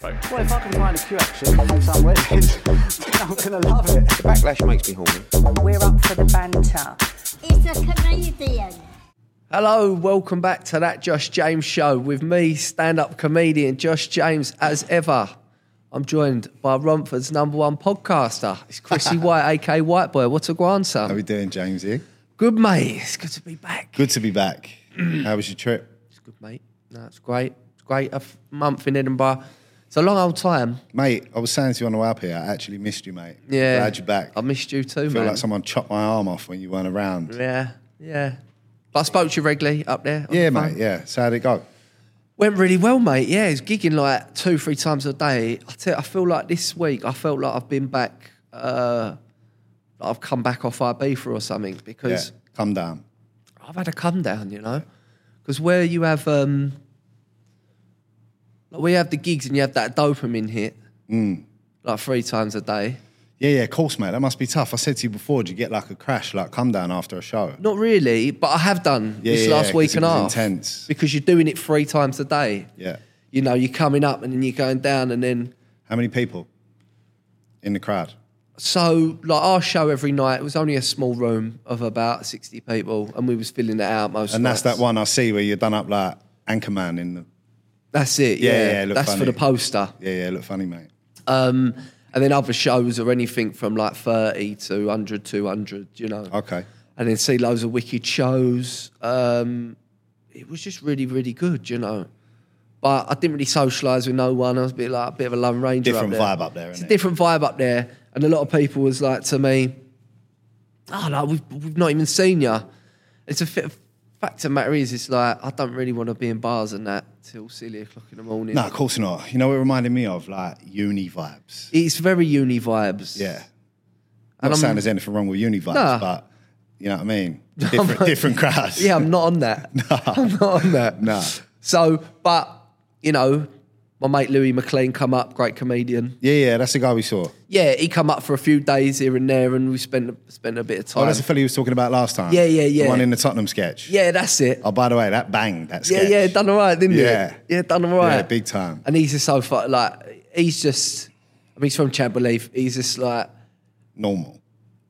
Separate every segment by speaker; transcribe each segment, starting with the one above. Speaker 1: Right.
Speaker 2: Well, if I can find a few actions from some weddings, then I'm going to love it.
Speaker 3: Backlash makes me horny.
Speaker 4: We're up for the banter.
Speaker 5: It's a comedian.
Speaker 6: Hello, welcome back to that Josh James show with me, stand up comedian Josh James, as ever. I'm joined by Romford's number one podcaster. It's Chrissy White, aka White Boy. What's a grand
Speaker 7: How we
Speaker 6: son?
Speaker 7: doing, James? You
Speaker 6: Good, mate. It's good to be back.
Speaker 7: good to be back. How was your trip?
Speaker 6: It's good, mate. No, it's great. It's great. A f- month in Edinburgh. It's a long old time.
Speaker 7: Mate, I was saying to you on the way up here, I actually missed you, mate.
Speaker 6: Yeah.
Speaker 7: Glad you're back.
Speaker 6: I missed you too,
Speaker 7: I feel
Speaker 6: man.
Speaker 7: like someone chopped my arm off when you weren't around. Yeah,
Speaker 6: yeah, yeah. But I spoke to you regularly up there. on the phone.
Speaker 7: mate. Yeah. So how'd it go?
Speaker 6: Went really well, mate. Yeah, he's gigging like two, three times a day. I tell you, I feel like this week I felt like I've been back. Uh, like I've come back off Ibiza or something
Speaker 7: Yeah.
Speaker 6: because
Speaker 7: Come down.
Speaker 6: I've had a come down, you know. Because where you have, um, like we have the gigs and you have that dopamine hit,
Speaker 7: Mm.
Speaker 6: like three times a day.
Speaker 7: Yeah, yeah, of course, mate. That must be tough. I said to you before, did you get like a crash, like come down after a show?
Speaker 6: Not really, but I have done
Speaker 7: Yeah,
Speaker 6: this
Speaker 7: yeah,
Speaker 6: last
Speaker 7: yeah,
Speaker 6: week
Speaker 7: 'cause it
Speaker 6: and a
Speaker 7: was
Speaker 6: half.
Speaker 7: intense.
Speaker 6: Because you're doing it three times a day.
Speaker 7: Yeah.
Speaker 6: You know, you're coming up and then you're going down and then.
Speaker 7: How many people in the crowd?
Speaker 6: So, like our show every night, it was only a small room of about 60 people and we was filling it out most
Speaker 7: And that's
Speaker 6: nights.
Speaker 7: that one I see where you're done up like Anchorman in the.
Speaker 6: That's it, yeah.
Speaker 7: Yeah, yeah, it looked
Speaker 6: that's for
Speaker 7: funny.
Speaker 6: the poster.
Speaker 7: Yeah, yeah, look funny, mate.
Speaker 6: Um, and then other shows are anything from like 30 to 100, 200, you know.
Speaker 7: Okay.
Speaker 6: And then see loads of wicked shows. Um, it was just really, really good, you know. But I didn't really socialise with no one. I was a bit like a bit of a lone ranger.
Speaker 7: Different
Speaker 6: up there.
Speaker 7: vibe up there,
Speaker 6: It's
Speaker 7: isn't
Speaker 6: a
Speaker 7: it?
Speaker 6: different vibe up there, and a lot of people was like to me, "Oh no, we've, we've not even seen you." It's a fit, fact of the matter is, it's like I don't really want to be in bars and that till silly o'clock in the morning.
Speaker 7: No, of course not. You know what it reminded me of? Like uni vibes.
Speaker 6: It's very uni vibes.
Speaker 7: Yeah.
Speaker 6: and
Speaker 7: not
Speaker 6: I'm,
Speaker 7: saying there's anything wrong with uni vibes,
Speaker 6: Nah.
Speaker 7: but you know what I mean? Different, different crowds.
Speaker 6: yeah, I'm not on that. I'm not on that.
Speaker 7: Nah.
Speaker 6: So, but you know, my mate Louis McLean come up, great comedian.
Speaker 7: Yeah, yeah, that's the guy we saw.
Speaker 6: Yeah, he come up for a few days here and there, and we spent spent a bit of time.
Speaker 7: Oh, that's the fella you was talking about last time.
Speaker 6: Yeah, yeah, yeah.
Speaker 7: The one in the Tottenham sketch.
Speaker 6: yeah, that's it.
Speaker 7: Oh, by the way, that bang, that
Speaker 6: Yeah,
Speaker 7: sketch.
Speaker 6: yeah, done all right, didn't
Speaker 7: Yeah.
Speaker 6: you? Yeah, done all right.
Speaker 7: Yeah, big time.
Speaker 6: And he's just so fun. Like, he's just, I mean, he's from Chamberlain. He's just like,
Speaker 7: Normal.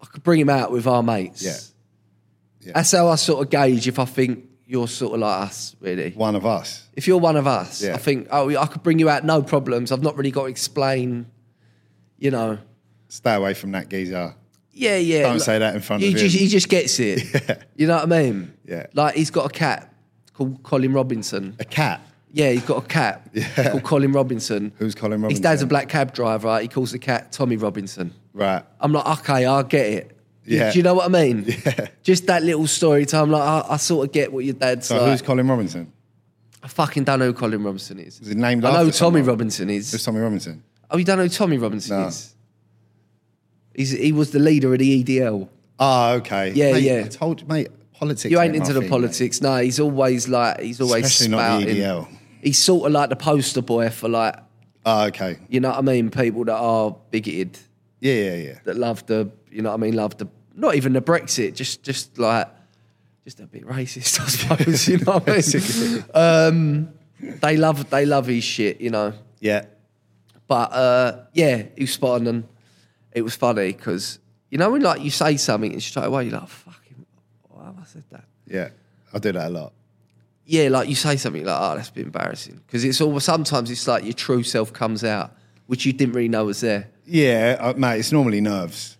Speaker 6: I could bring him out with our mates.
Speaker 7: Yeah.
Speaker 6: That's how I sort of gauge if I think you're sort of like us, really.
Speaker 7: One of us.
Speaker 6: If you're one of us,
Speaker 7: Yeah.
Speaker 6: I think, oh, I could bring you out, no problems. I've not really got to explain, you know.
Speaker 7: Stay away from that geezer.
Speaker 6: Yeah, yeah.
Speaker 7: Don't say that in front
Speaker 6: he
Speaker 7: of
Speaker 6: just,
Speaker 7: him.
Speaker 6: He just gets it. You know what I mean?
Speaker 7: Yeah.
Speaker 6: Like, he's got a cat called Colin Robinson.
Speaker 7: A cat.
Speaker 6: Yeah, he's got a cat called Colin Robinson.
Speaker 7: Who's Colin
Speaker 6: His
Speaker 7: Robinson?
Speaker 6: dad's a black cab driver. Right? He calls the cat Tommy Robinson.
Speaker 7: Right.
Speaker 6: I'm like, okay, I get it. Do-
Speaker 7: Yeah.
Speaker 6: Do you know what I mean? Just that little story time. Like, I, I sort of get what your dad's
Speaker 7: So
Speaker 6: like.
Speaker 7: who's Colin Robinson?
Speaker 6: I fucking don't know who Colin Robinson is.
Speaker 7: Is he named
Speaker 6: I know
Speaker 7: after
Speaker 6: who Tommy
Speaker 7: someone?
Speaker 6: Robinson is.
Speaker 7: Who's Tommy Robinson?
Speaker 6: oh, you don't know who Tommy Robinson
Speaker 7: No.
Speaker 6: is? He's, he was the E leader of the EDL.
Speaker 7: Oh, okay.
Speaker 6: Yeah,
Speaker 7: Mate,
Speaker 6: yeah.
Speaker 7: I told you, mate, politics.
Speaker 6: You ain't
Speaker 7: my
Speaker 6: into the
Speaker 7: thing, mate.
Speaker 6: politics. No, he's always like, he's always
Speaker 7: Especially not
Speaker 6: spouting.
Speaker 7: the E EDL.
Speaker 6: He's sort of like the poster boy for like,
Speaker 7: Oh, okay.
Speaker 6: you know what I mean? People that are bigoted.
Speaker 7: Yeah, yeah, yeah.
Speaker 6: that love the you know what I mean love the not even the Brexit just just like just a bit racist I suppose you know what I mean um, they love they love his shit you know
Speaker 7: Yeah.
Speaker 6: but uh, yeah he was spot on and it was funny because you know when like you say something and straight away you're like fucking why have I said that
Speaker 7: Yeah. I do that a lot.
Speaker 6: yeah like you say something like oh that's a bit embarrassing because it's all sometimes it's like your true self comes out which you didn't really know was there
Speaker 7: Yeah, uh, mate, it's normally nerves.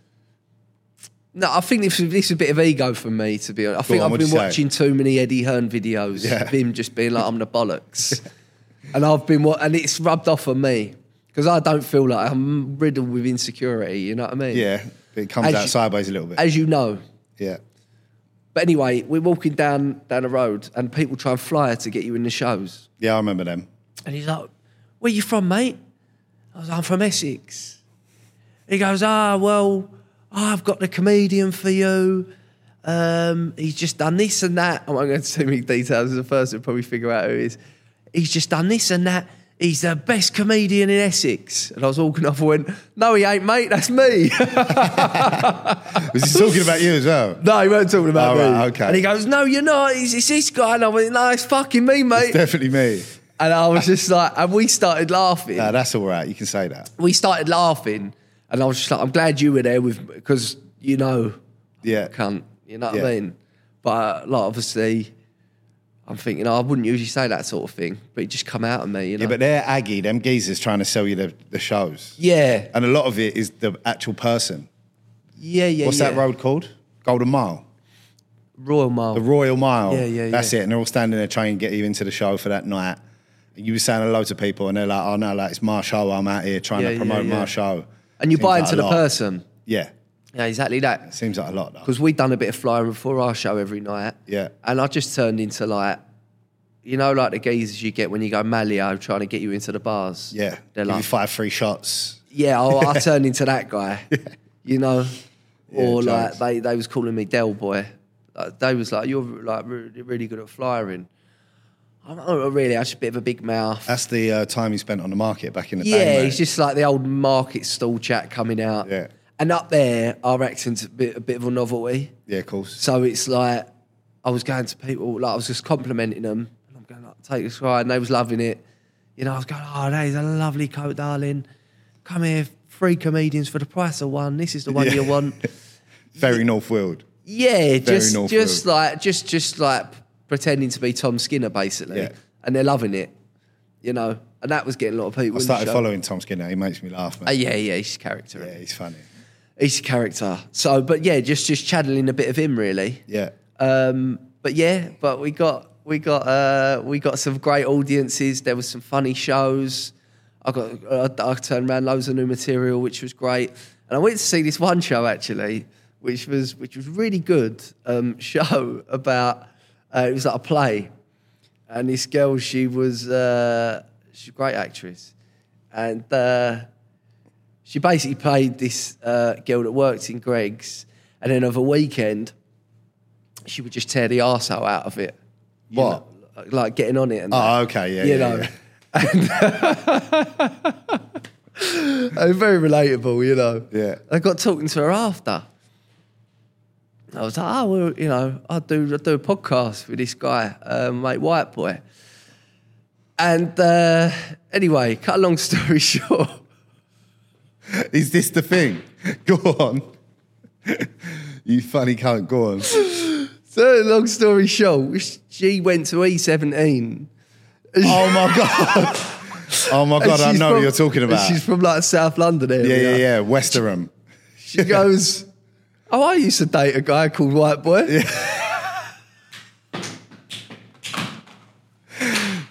Speaker 6: No, I think this, this is a bit of ego from me, to be honest. I think
Speaker 7: on,
Speaker 6: I've
Speaker 7: what'd
Speaker 6: been
Speaker 7: you say?
Speaker 6: watching too many Eddie Hearn videos of him just being like, I'm the bollocks. and I've been, wa- and it's rubbed off on me because I don't feel like I'm riddled with insecurity, you know what I mean?
Speaker 7: Yeah, it comes
Speaker 6: As
Speaker 7: out
Speaker 6: you-
Speaker 7: sideways a little bit.
Speaker 6: As you know.
Speaker 7: yeah.
Speaker 6: But anyway, we're walking down down the road and people try and fly to get you in the shows.
Speaker 7: Yeah, I remember them.
Speaker 6: And he's like, Where you from, mate? I was like, I'm from Essex. He goes, Ah, well, I've got the comedian for you. Um, he's just done this and that. I'm not going to too many details. The first will probably figure out who it is. He's just done this and that. He's the best comedian in Essex. And I was walking off and went, No, he ain't, mate. That's me.
Speaker 7: Was he talking about you as well?
Speaker 6: no, he weren't talking about
Speaker 7: Oh,
Speaker 6: me.
Speaker 7: right, okay.
Speaker 6: And he goes, No, you're not. It's, it's this guy. And I went, No, it's fucking me, mate.
Speaker 7: Definitely me.
Speaker 6: And I was just like, and we started laughing.
Speaker 7: No, that's all right. You can say that.
Speaker 6: we started laughing, and I was just like, I'm glad you were there with because you know,
Speaker 7: Yeah.
Speaker 6: cunt. You know what
Speaker 7: Yeah.
Speaker 6: I mean? But uh, like, obviously, I'm thinking oh, I wouldn't usually say that sort of thing, but it just come out of me. You know?
Speaker 7: Yeah, but they're Aggie, them geezers trying to sell you the, the shows.
Speaker 6: yeah,
Speaker 7: And a lot of it is the actual person.
Speaker 6: yeah, yeah.
Speaker 7: What's that
Speaker 6: yeah.
Speaker 7: road called? Golden Mile.
Speaker 6: Royal Mile.
Speaker 7: The Royal Mile.
Speaker 6: Yeah, yeah,
Speaker 7: That's
Speaker 6: yeah.
Speaker 7: it. And they're all standing there trying to get you into the show for that night. And you were saying to loads of people, and they're like, oh no, like it's my show. I'm out here trying
Speaker 6: Yeah,
Speaker 7: to
Speaker 6: yeah,
Speaker 7: promote
Speaker 6: yeah.
Speaker 7: my show.
Speaker 6: and you
Speaker 7: Seems
Speaker 6: buy
Speaker 7: like
Speaker 6: into
Speaker 7: a
Speaker 6: the
Speaker 7: lot.
Speaker 6: person.
Speaker 7: Yeah.
Speaker 6: Yeah, exactly that.
Speaker 7: Seems like a lot, though.
Speaker 6: because we'd done a bit of flying before our show every night.
Speaker 7: Yeah.
Speaker 6: And I just turned into like, you know, like the geezers you get when you go Malio trying to get you into the bars.
Speaker 7: Yeah.
Speaker 6: They're
Speaker 7: Give you
Speaker 6: like,
Speaker 7: five free shots.
Speaker 6: yeah, I, I turned into that guy, you know? Or
Speaker 7: Yeah,
Speaker 6: like
Speaker 7: jokes.
Speaker 6: they, they was calling me Del Boy. Like, they was like, you're like really, really good at flying. I'm not really, I was just a bit of a big mouth.
Speaker 7: That's the uh, time he spent on the market back in the day.
Speaker 6: Yeah,
Speaker 7: mate.
Speaker 6: it's just like the old market stall chat coming out.
Speaker 7: Yeah.
Speaker 6: And up there, our acting's a bit, a bit of a novelty.
Speaker 7: Yeah, of course.
Speaker 6: So it's like I was going to people, like I was just complimenting them, and I'm going like, "Take this ride," and they was loving it. You know, I was going, "Oh, that is a lovely coat, darling. Come here, three comedians for the price of one. This is the one
Speaker 7: Yeah.
Speaker 6: you want."
Speaker 7: Very North World.
Speaker 6: Yeah, just
Speaker 7: North
Speaker 6: just
Speaker 7: Road.
Speaker 6: like just just like pretending to be Tom Skinner basically,
Speaker 7: Yeah.
Speaker 6: and they're loving it. You know, and that was getting a lot of people.
Speaker 7: I
Speaker 6: in the
Speaker 7: started
Speaker 6: show.
Speaker 7: following Tom Skinner. He makes me laugh, man.
Speaker 6: Oh, yeah, yeah, he's a character.
Speaker 7: yeah, he's funny.
Speaker 6: He's a character. So, but yeah, just just channeling a bit of him really.
Speaker 7: Yeah.
Speaker 6: Um, but yeah, but we got we got uh, we got some great audiences. There was some funny shows. I got I, I turned around loads of new material, which was great. And I went to see this one show actually, which was which was really good um, show about uh, it was like a play, and this girl she was uh, she's a great actress, and. Uh, she basically played this uh, girl that worked in Greg's, and then over weekend, she would just tear the arsehole out of it. You
Speaker 7: What?
Speaker 6: know, like, like getting on it. And
Speaker 7: Oh,
Speaker 6: that,
Speaker 7: okay. Yeah,
Speaker 6: you
Speaker 7: yeah,
Speaker 6: know.
Speaker 7: yeah.
Speaker 6: And Oh, very relatable, you know.
Speaker 7: Yeah.
Speaker 6: I got talking to her after. I was like, oh, well, you know, I do, I do a podcast with this guy, um, mate, White Boy. And uh, anyway, cut a long story short.
Speaker 7: Is this the thing? Go on. you funny cunt. Go on.
Speaker 6: So, long story short, she went to E E17
Speaker 7: Oh my god. Oh my god. I
Speaker 6: she's
Speaker 7: know
Speaker 6: from-
Speaker 7: what you're talking
Speaker 6: and
Speaker 7: about.
Speaker 6: She's from like South London
Speaker 7: yeah,
Speaker 6: area.
Speaker 7: yeah, yeah. Westerham.
Speaker 6: She goes, "Oh, I used to date a guy called White Boy."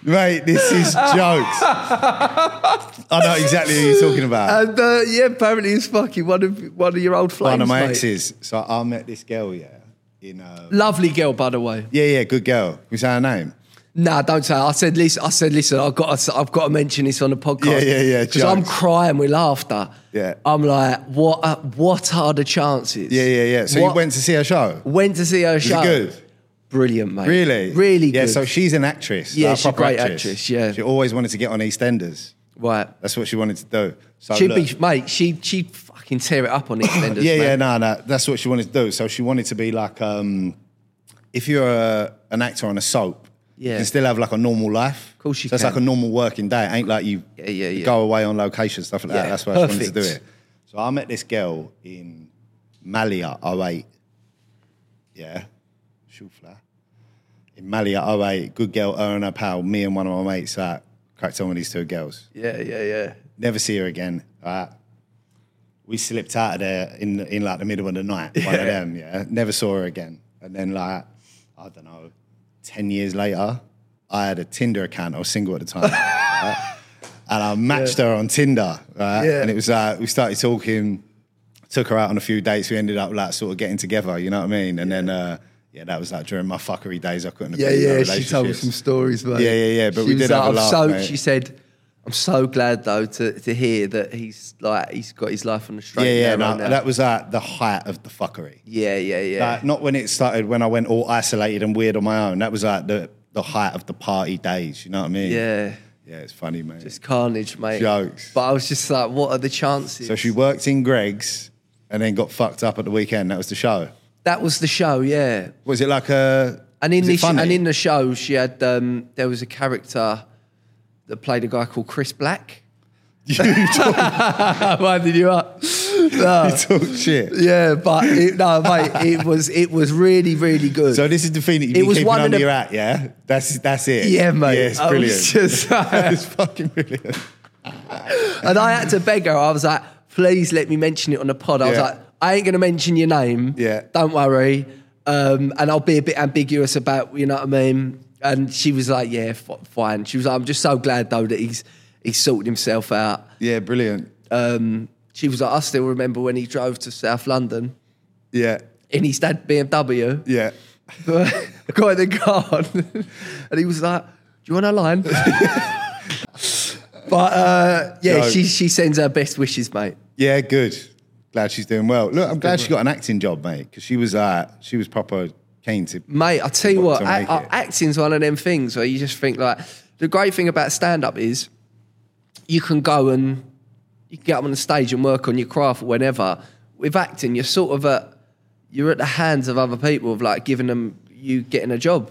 Speaker 7: Mate, this is jokes. I know exactly who you're talking about.
Speaker 6: And uh, yeah, apparently he's fucking one of one of your old flames.
Speaker 7: One of my
Speaker 6: mate.
Speaker 7: exes. So I met this girl. Yeah. In. Uh,
Speaker 6: Lovely girl, by the way.
Speaker 7: yeah, yeah. Good girl. Was that her name?
Speaker 6: Nah, don't say. It. I said, listen. I said, listen. I've got. To, I've got to mention this on the podcast.
Speaker 7: Yeah, yeah, yeah,
Speaker 6: Because I'm
Speaker 7: jokes.
Speaker 6: crying with laughter.
Speaker 7: Yeah.
Speaker 6: I'm like, what? Are, what are the chances?
Speaker 7: Yeah, yeah, yeah. So
Speaker 6: what,
Speaker 7: you went to see her show.
Speaker 6: went to see her
Speaker 7: Was
Speaker 6: show.
Speaker 7: it good?
Speaker 6: Brilliant, mate.
Speaker 7: Really?
Speaker 6: really
Speaker 7: Yeah,
Speaker 6: good.
Speaker 7: so she's an actress.
Speaker 6: Yeah,
Speaker 7: like
Speaker 6: she's a
Speaker 7: proper
Speaker 6: great actress, yeah.
Speaker 7: She always wanted to get on EastEnders.
Speaker 6: right.
Speaker 7: That's what she wanted to do. So
Speaker 6: She'd
Speaker 7: look-
Speaker 6: be, mate. She she'd fucking tear it up on EastEnders.
Speaker 7: yeah,
Speaker 6: mate.
Speaker 7: yeah, no, no. That's what she wanted to do. So she wanted to be like, um, if you're a, an actor on a soap, you
Speaker 6: Yeah.
Speaker 7: can still have like a normal life. Of
Speaker 6: course you
Speaker 7: so it's
Speaker 6: can.
Speaker 7: like a normal working day. It ain't like you
Speaker 6: Yeah, yeah,
Speaker 7: you
Speaker 6: yeah.
Speaker 7: go away on location, stuff like that.
Speaker 6: Yeah,
Speaker 7: That's why she wanted to do it.
Speaker 6: perfect.
Speaker 7: So I met this girl in Malia 08. Yeah. Shulfla. In Malia 08, good girl, her and her pal, me and one of my mates, like, cracked on with these two girls.
Speaker 6: Yeah, yeah, yeah.
Speaker 7: Never see her again. All right. We slipped out of there in in like the middle of the night. One of them, yeah. Never saw her again. And then like, I don't know, ten years later, I had a Tinder account. I was single at the time. right? And I matched her on Tinder, right?
Speaker 6: Yeah.
Speaker 7: And it was like we started talking, took her out on a few dates. We ended up like sort of getting together, you know what I mean? And then uh, yeah, that was like during my fuckery days. I couldn't have
Speaker 6: Yeah,
Speaker 7: been in no
Speaker 6: yeah. She told me
Speaker 7: relationships.
Speaker 6: some stories, mate.
Speaker 7: Yeah, yeah, yeah, but
Speaker 6: she
Speaker 7: we
Speaker 6: was
Speaker 7: did
Speaker 6: like,
Speaker 7: have a
Speaker 6: I'm
Speaker 7: laugh,
Speaker 6: so,
Speaker 7: mate.
Speaker 6: She said, "I'm so glad though to, to hear that he's like he's got his life on the straight.
Speaker 7: Yeah, yeah,
Speaker 6: and narrow
Speaker 7: no,
Speaker 6: now.
Speaker 7: that was at the height of the fuckery.
Speaker 6: yeah, yeah, yeah.
Speaker 7: Like, not when it started, when I went all isolated and weird on my own. That was like the, the height of the party days, you know what I mean?
Speaker 6: yeah,
Speaker 7: Yeah, it's funny, mate.
Speaker 6: it's carnage, mate.
Speaker 7: Jokes.
Speaker 6: But I was just like, what are the chances?
Speaker 7: so she worked in Greg's and then got fucked up at the weekend. That was the show.
Speaker 6: that was the show, yeah.
Speaker 7: Was it like a.
Speaker 6: And in
Speaker 7: was it
Speaker 6: this,
Speaker 7: funny?
Speaker 6: and in the show, she had um, there was a character that played a guy called Chris Black. Winding you up. No.
Speaker 7: Talk shit.
Speaker 6: Oh. Yeah, but it, no, mate, it was it was really really good.
Speaker 7: So this is the thing that you
Speaker 6: It
Speaker 7: keep
Speaker 6: was
Speaker 7: keeping
Speaker 6: one of
Speaker 7: under
Speaker 6: the-
Speaker 7: your hat, yeah? That's that's it.
Speaker 6: yeah, mate,
Speaker 7: Yeah, it's
Speaker 6: I was
Speaker 7: brilliant.
Speaker 6: just- uh,
Speaker 7: it's fucking brilliant.
Speaker 6: and I had to beg her. I was like, please let me mention it on the pod. I was
Speaker 7: Yeah.
Speaker 6: like, I ain't going to mention your name.
Speaker 7: Yeah.
Speaker 6: Don't worry. Um, and I'll be a bit ambiguous about, you know what I mean? And she was like, yeah, f- fine. She was like, I'm just so glad though that he's he's sorted himself out.
Speaker 7: Yeah, brilliant.
Speaker 6: Um, she was like, I still remember when he drove to South London
Speaker 7: Yeah,
Speaker 6: in his dad BMW.
Speaker 7: yeah.
Speaker 6: I got in the car and, and he was like, Do you want a line? but uh, yeah,
Speaker 7: No.
Speaker 6: she, she sends her best wishes, mate.
Speaker 7: Yeah, good. Glad she's doing well. Look, I'm glad she got an acting job, mate, because she was uh, she was proper keen to.
Speaker 6: Mate, I tell you
Speaker 7: Want
Speaker 6: what,
Speaker 7: to
Speaker 6: a-
Speaker 7: make
Speaker 6: a-
Speaker 7: it.
Speaker 6: acting's one of them things where you just think like the great thing about stand up is you can go and you can get up on the stage and work on your craft whenever. With acting, you're sort of at you're at the hands of other people of like giving them you getting a job.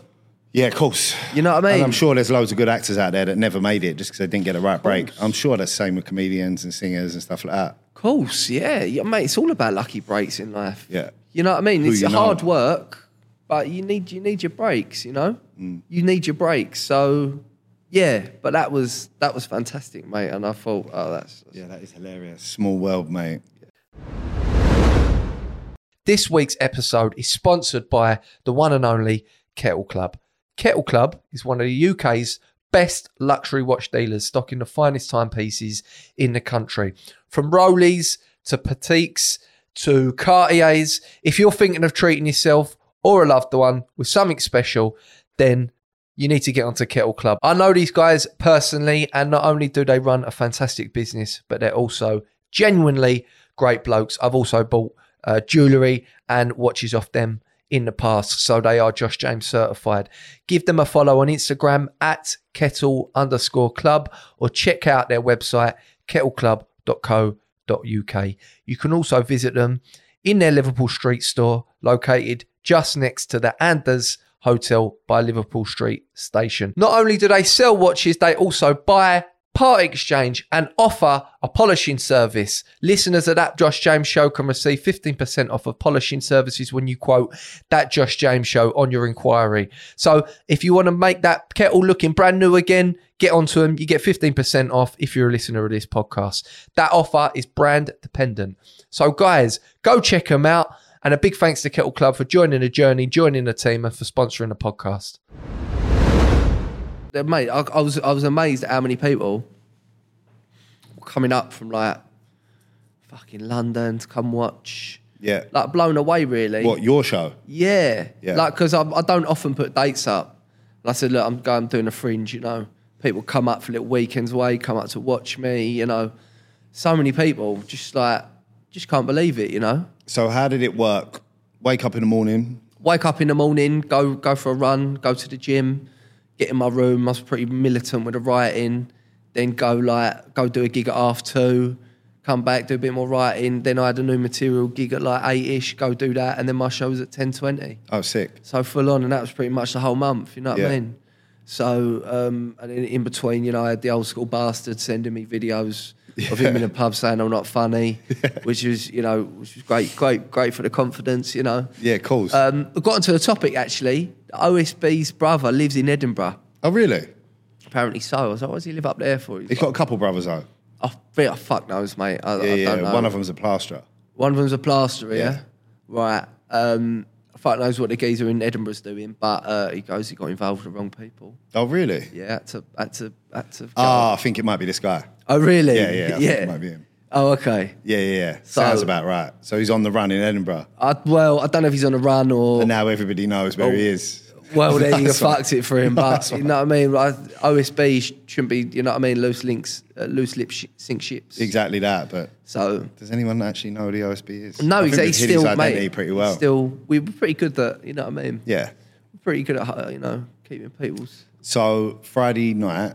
Speaker 7: Yeah, of course.
Speaker 6: You know what I mean?
Speaker 7: And I'm sure there's loads of good actors out there that never made it just because they didn't get the right break. I'm sure that's the same with comedians and singers and stuff like that.
Speaker 6: Of course, yeah. yeah. Mate, it's all about lucky breaks in life.
Speaker 7: Yeah.
Speaker 6: You know what I mean?
Speaker 7: Who
Speaker 6: It's
Speaker 7: you know.
Speaker 6: hard work, but you need you need your breaks, you know?
Speaker 7: Mm.
Speaker 6: You need your breaks. So yeah, but that was that was fantastic, mate. And I thought, oh that's
Speaker 7: Yeah, that is hilarious. Small world, mate.
Speaker 6: This week's episode is sponsored by the one and only Kettle Club. Kettle Club is one of the UK's best luxury watch dealers, stocking the finest timepieces in the country. From Rolex to Petites to Cartiers, if you're thinking of treating yourself or a loved one with something special, then you need to get onto Kettle Club. I know these guys personally, and not only do they run a fantastic business, but they're also genuinely great blokes. I've also bought uh, jewellery and watches off them in the past, so they are Josh James certified. Give them a follow on Instagram at kettle underscore club or check out their website kettleclub.co.uk. You can also visit them in their Liverpool Street store, located just next to the Anders Hotel by Liverpool Street Station. Not only do they sell watches, they also buy, part exchange, and offer a polishing service. Listeners of that Josh James show can receive 15% off of polishing services when you quote that Josh James show on your inquiry. So if you want to make that kettle looking brand new again, get onto them. You get 15% off if you're a listener of this podcast. That offer is brand dependent. So, guys, go check them out. And a big thanks to Kettle Club for joining the journey, joining the team, and for sponsoring the podcast. Mate, I, I was I was amazed at how many people were coming up from like fucking London to come watch.
Speaker 7: Yeah.
Speaker 6: Like blown away, really.
Speaker 7: What, your show?
Speaker 6: Yeah.
Speaker 7: Yeah.
Speaker 6: Like, because I, I don't often put dates up. And I said, look, I'm going doing a fringe, you know. People come up for little weekends away, come up to watch me, you know. So many people just like, just can't believe it, you know.
Speaker 7: So, how did it work? Wake up in the morning.
Speaker 6: Wake up in the morning, go go for a run, go to the gym, get in my room. I was pretty militant with the writing. Then go like go do a gig at half two, come back do a bit more writing. Then I had a new material gig at like eight ish, go do that, and then my show was at ten twenty
Speaker 7: Oh, sick.
Speaker 6: so full on, and that was pretty much the whole month. You know what
Speaker 7: Yeah.
Speaker 6: I mean? So, um, and in, in between, you know, I had the old school bastard sending me videos of him in a pub saying I'm not funny, which was, you know, which was great, great, great for the confidence, you know.
Speaker 7: Yeah, of course.
Speaker 6: Um, I got onto a topic actually. OSB's brother lives in Edinburgh,
Speaker 7: oh, really?
Speaker 6: apparently. So I was like, "What does he live up there for?" He's
Speaker 7: He's got a couple brothers, though.
Speaker 6: like, I think I fuck knows, mate. I,
Speaker 7: Yeah,
Speaker 6: I
Speaker 7: yeah.
Speaker 6: don't know.
Speaker 7: One of them's a plasterer.
Speaker 6: One of them's a plasterer, yeah?
Speaker 7: Yeah.
Speaker 6: Right. Um, I fuck knows what the geezer in Edinburgh's doing, but uh, he goes, he got involved with the wrong people.
Speaker 7: Oh, really?
Speaker 6: Yeah, had to, had to, had to.
Speaker 7: Ah, I think it might be this guy.
Speaker 6: oh, really?
Speaker 7: Yeah, yeah. I think it might be him.
Speaker 6: Oh, okay.
Speaker 7: Yeah, yeah, yeah.
Speaker 6: So-
Speaker 7: Sounds about right. So he's on the run in Edinburgh,
Speaker 6: I, well, I don't know if he's on a run or.
Speaker 7: and now everybody knows where
Speaker 6: Oh.
Speaker 7: he is.
Speaker 6: well, then you
Speaker 7: That's right.
Speaker 6: fucked it for him, but
Speaker 7: That's
Speaker 6: you know what I mean. Like, OSB sh- shouldn't be, you know what I mean. Loose links, uh, loose lips sh- sink ships.
Speaker 7: Exactly that. But
Speaker 6: So
Speaker 7: does anyone actually know who the OSB is?
Speaker 6: no,
Speaker 7: I
Speaker 6: exactly.
Speaker 7: think we've
Speaker 6: He's
Speaker 7: hid his
Speaker 6: still,
Speaker 7: identity
Speaker 6: mate.
Speaker 7: pretty
Speaker 6: he's
Speaker 7: well.
Speaker 6: Still, we were pretty good that you know what I mean.
Speaker 7: yeah.
Speaker 6: We're Pretty good at uh, you know keeping people's.
Speaker 7: So Friday night,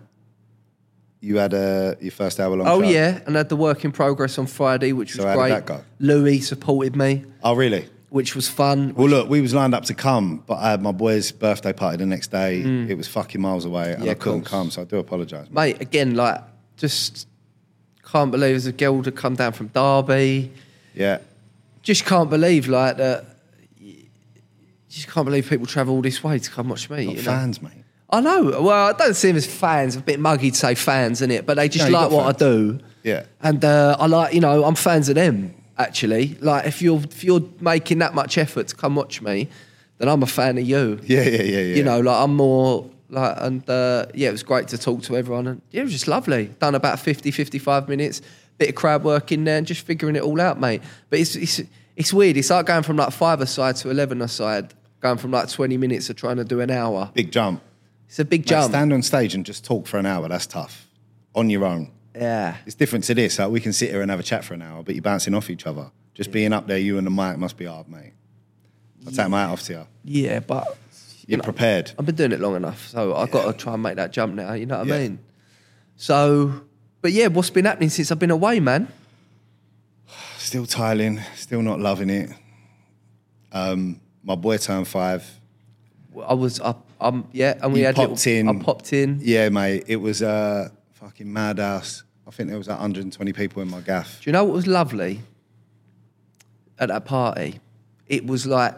Speaker 7: you had a your first hour long.
Speaker 6: Oh
Speaker 7: show.
Speaker 6: yeah, and I had the work in progress on Friday, which
Speaker 7: So
Speaker 6: was
Speaker 7: how did
Speaker 6: great.
Speaker 7: that go?
Speaker 6: Louis supported me.
Speaker 7: Oh really?
Speaker 6: which was fun.
Speaker 7: Well, look, we was lined up to come, but I had my boy's birthday party the next day. It was fucking miles away, and
Speaker 6: Mm. Yeah,
Speaker 7: I couldn't
Speaker 6: course.
Speaker 7: come. So I do apologise. mate.
Speaker 6: Mate, again, like, just can't believe there's a girl to come down from Derby.
Speaker 7: Yeah,
Speaker 6: Just can't believe, like, that. Just can't believe people travel all this way to come watch me.
Speaker 7: Not
Speaker 6: you know?
Speaker 7: fans, mate.
Speaker 6: I know. Well, I don't see them as fans. A bit muggy to say fans, is it? But they just
Speaker 7: No, you
Speaker 6: like
Speaker 7: got
Speaker 6: what I do.
Speaker 7: Yeah.
Speaker 6: And uh, I like, you know, I'm fans of them. Actually, like if you're if you're making that much effort to come watch me, then I'm a fan of you.
Speaker 7: Yeah, yeah, yeah, yeah.
Speaker 6: You know, like I'm more like, and uh, yeah, it was great to talk to everyone. And yeah, it was just lovely. Done about 50, 55 minutes, bit of crowd work in there and just figuring it all out, mate. But it's, it's, it's weird. It's like going from like five aside to 11 aside, going from like 20 minutes to trying to do an hour.
Speaker 7: big jump.
Speaker 6: It's a big
Speaker 7: Mate,
Speaker 6: jump.
Speaker 7: stand on stage and just talk for an hour. That's tough. On your own.
Speaker 6: yeah.
Speaker 7: It's different to this. Like we can sit here and have a chat for an hour, but you're bouncing off each other. Just being up there, you and the mic must be hard, mate. I'll take my hat off to you.
Speaker 6: Yeah, but
Speaker 7: You're
Speaker 6: know,
Speaker 7: prepared.
Speaker 6: I've been doing it long enough, so I've got to try and make that jump now. You know what I
Speaker 7: Yeah.
Speaker 6: mean? So, but yeah, what's been happening since I've been away, man?
Speaker 7: Still tiling, still not loving it. Um, my boy turned five.
Speaker 6: I was up, um, yeah, and we
Speaker 7: You
Speaker 6: had
Speaker 7: popped
Speaker 6: little,
Speaker 7: in.
Speaker 6: I popped in.
Speaker 7: Yeah, mate, it was a fucking madhouse. I think there was like 120 people in my gaff.
Speaker 6: Do you know what was lovely at that party? It was like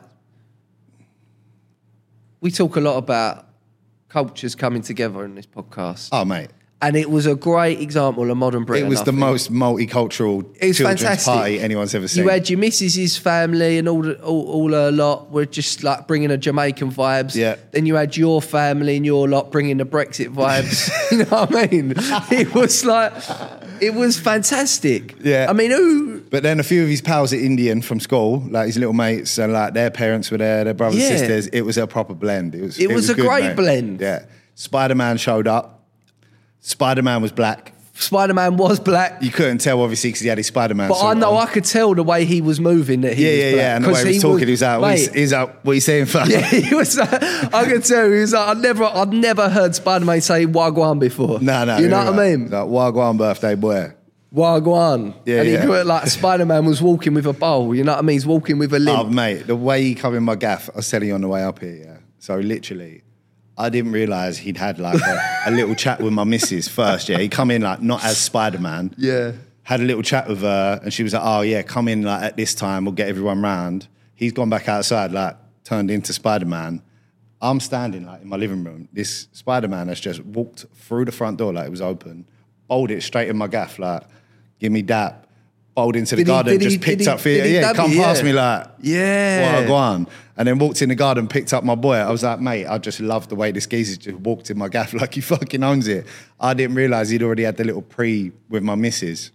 Speaker 6: we talk a lot about cultures coming together in this podcast,
Speaker 7: Oh, mate.
Speaker 6: and it was a great example of modern Britain.
Speaker 7: It was
Speaker 6: I
Speaker 7: the
Speaker 6: think.
Speaker 7: most multicultural
Speaker 6: It was
Speaker 7: children's
Speaker 6: fantastic.
Speaker 7: party anyone's ever seen.
Speaker 6: You had your missus's family and all, the- all, all her lot were just like bringing a Jamaican vibes.
Speaker 7: Yeah.
Speaker 6: Then you had your family and your lot bringing the Brexit vibes. you know what I mean? It was like, it was fantastic.
Speaker 7: Yeah.
Speaker 6: I mean, who?
Speaker 7: But then a few of his pals are Indian from school, like his little mates, and like their parents were there, their brothers
Speaker 6: Yeah.
Speaker 7: and sisters. It was a proper blend. It was.
Speaker 6: It was a
Speaker 7: good,
Speaker 6: great
Speaker 7: mate.
Speaker 6: blend.
Speaker 7: Yeah. Spider Man showed up. Spider Man was black.
Speaker 6: Spider Man was black.
Speaker 7: You couldn't tell obviously because he had his Spider Man.
Speaker 6: But I know I could tell the way he was moving that he
Speaker 7: Yeah,
Speaker 6: was
Speaker 7: yeah,
Speaker 6: black,
Speaker 7: yeah. And the
Speaker 6: 'cause
Speaker 7: way he was talking, he was out. Like, he's,
Speaker 6: Mate,
Speaker 7: he's out. What are you saying, fuck?
Speaker 6: yeah, he was. Like, I could tell. He was like, I've never, I've never heard Spider Man say Wagwan before.
Speaker 7: No, no.
Speaker 6: You know what I
Speaker 7: right.
Speaker 6: mean?
Speaker 7: Like Wagwan birthday boy.
Speaker 6: Wagwan.
Speaker 7: Yeah,
Speaker 6: and he
Speaker 7: yeah.
Speaker 6: grew it like Spider Man was walking with a bowl. You know what I mean? He's walking with a limp.
Speaker 7: Oh, mate, the way he come in my gaff, I was telling you on the way up here. Yeah. So literally, I didn't realise he'd had like a, a little chat with my missus first. Yeah, he come in like not as Spider Man.
Speaker 6: Yeah.
Speaker 7: had a little chat with her, and she was like, "Oh yeah, come in like at this time. We'll get everyone round." He's gone back outside, like turned into Spider Man. I'm standing like in my living room. This Spider Man has just walked through the front door like it was open, bowled it straight in my gaff, like give me dap, bowled into the
Speaker 6: Did he-
Speaker 7: garden,
Speaker 6: did he-
Speaker 7: just
Speaker 6: did
Speaker 7: picked
Speaker 6: he-
Speaker 7: up for you.
Speaker 6: did he
Speaker 7: Yeah,
Speaker 6: dab
Speaker 7: come
Speaker 6: you?
Speaker 7: past
Speaker 6: Yeah.
Speaker 7: me, like
Speaker 6: Yeah.
Speaker 7: well, go on. And then walked in the garden, picked up my boy. I was like, mate, I just love the way this geezer's just walked in my gaff like he fucking owns it. I didn't realise he'd already had the little pre with my missus.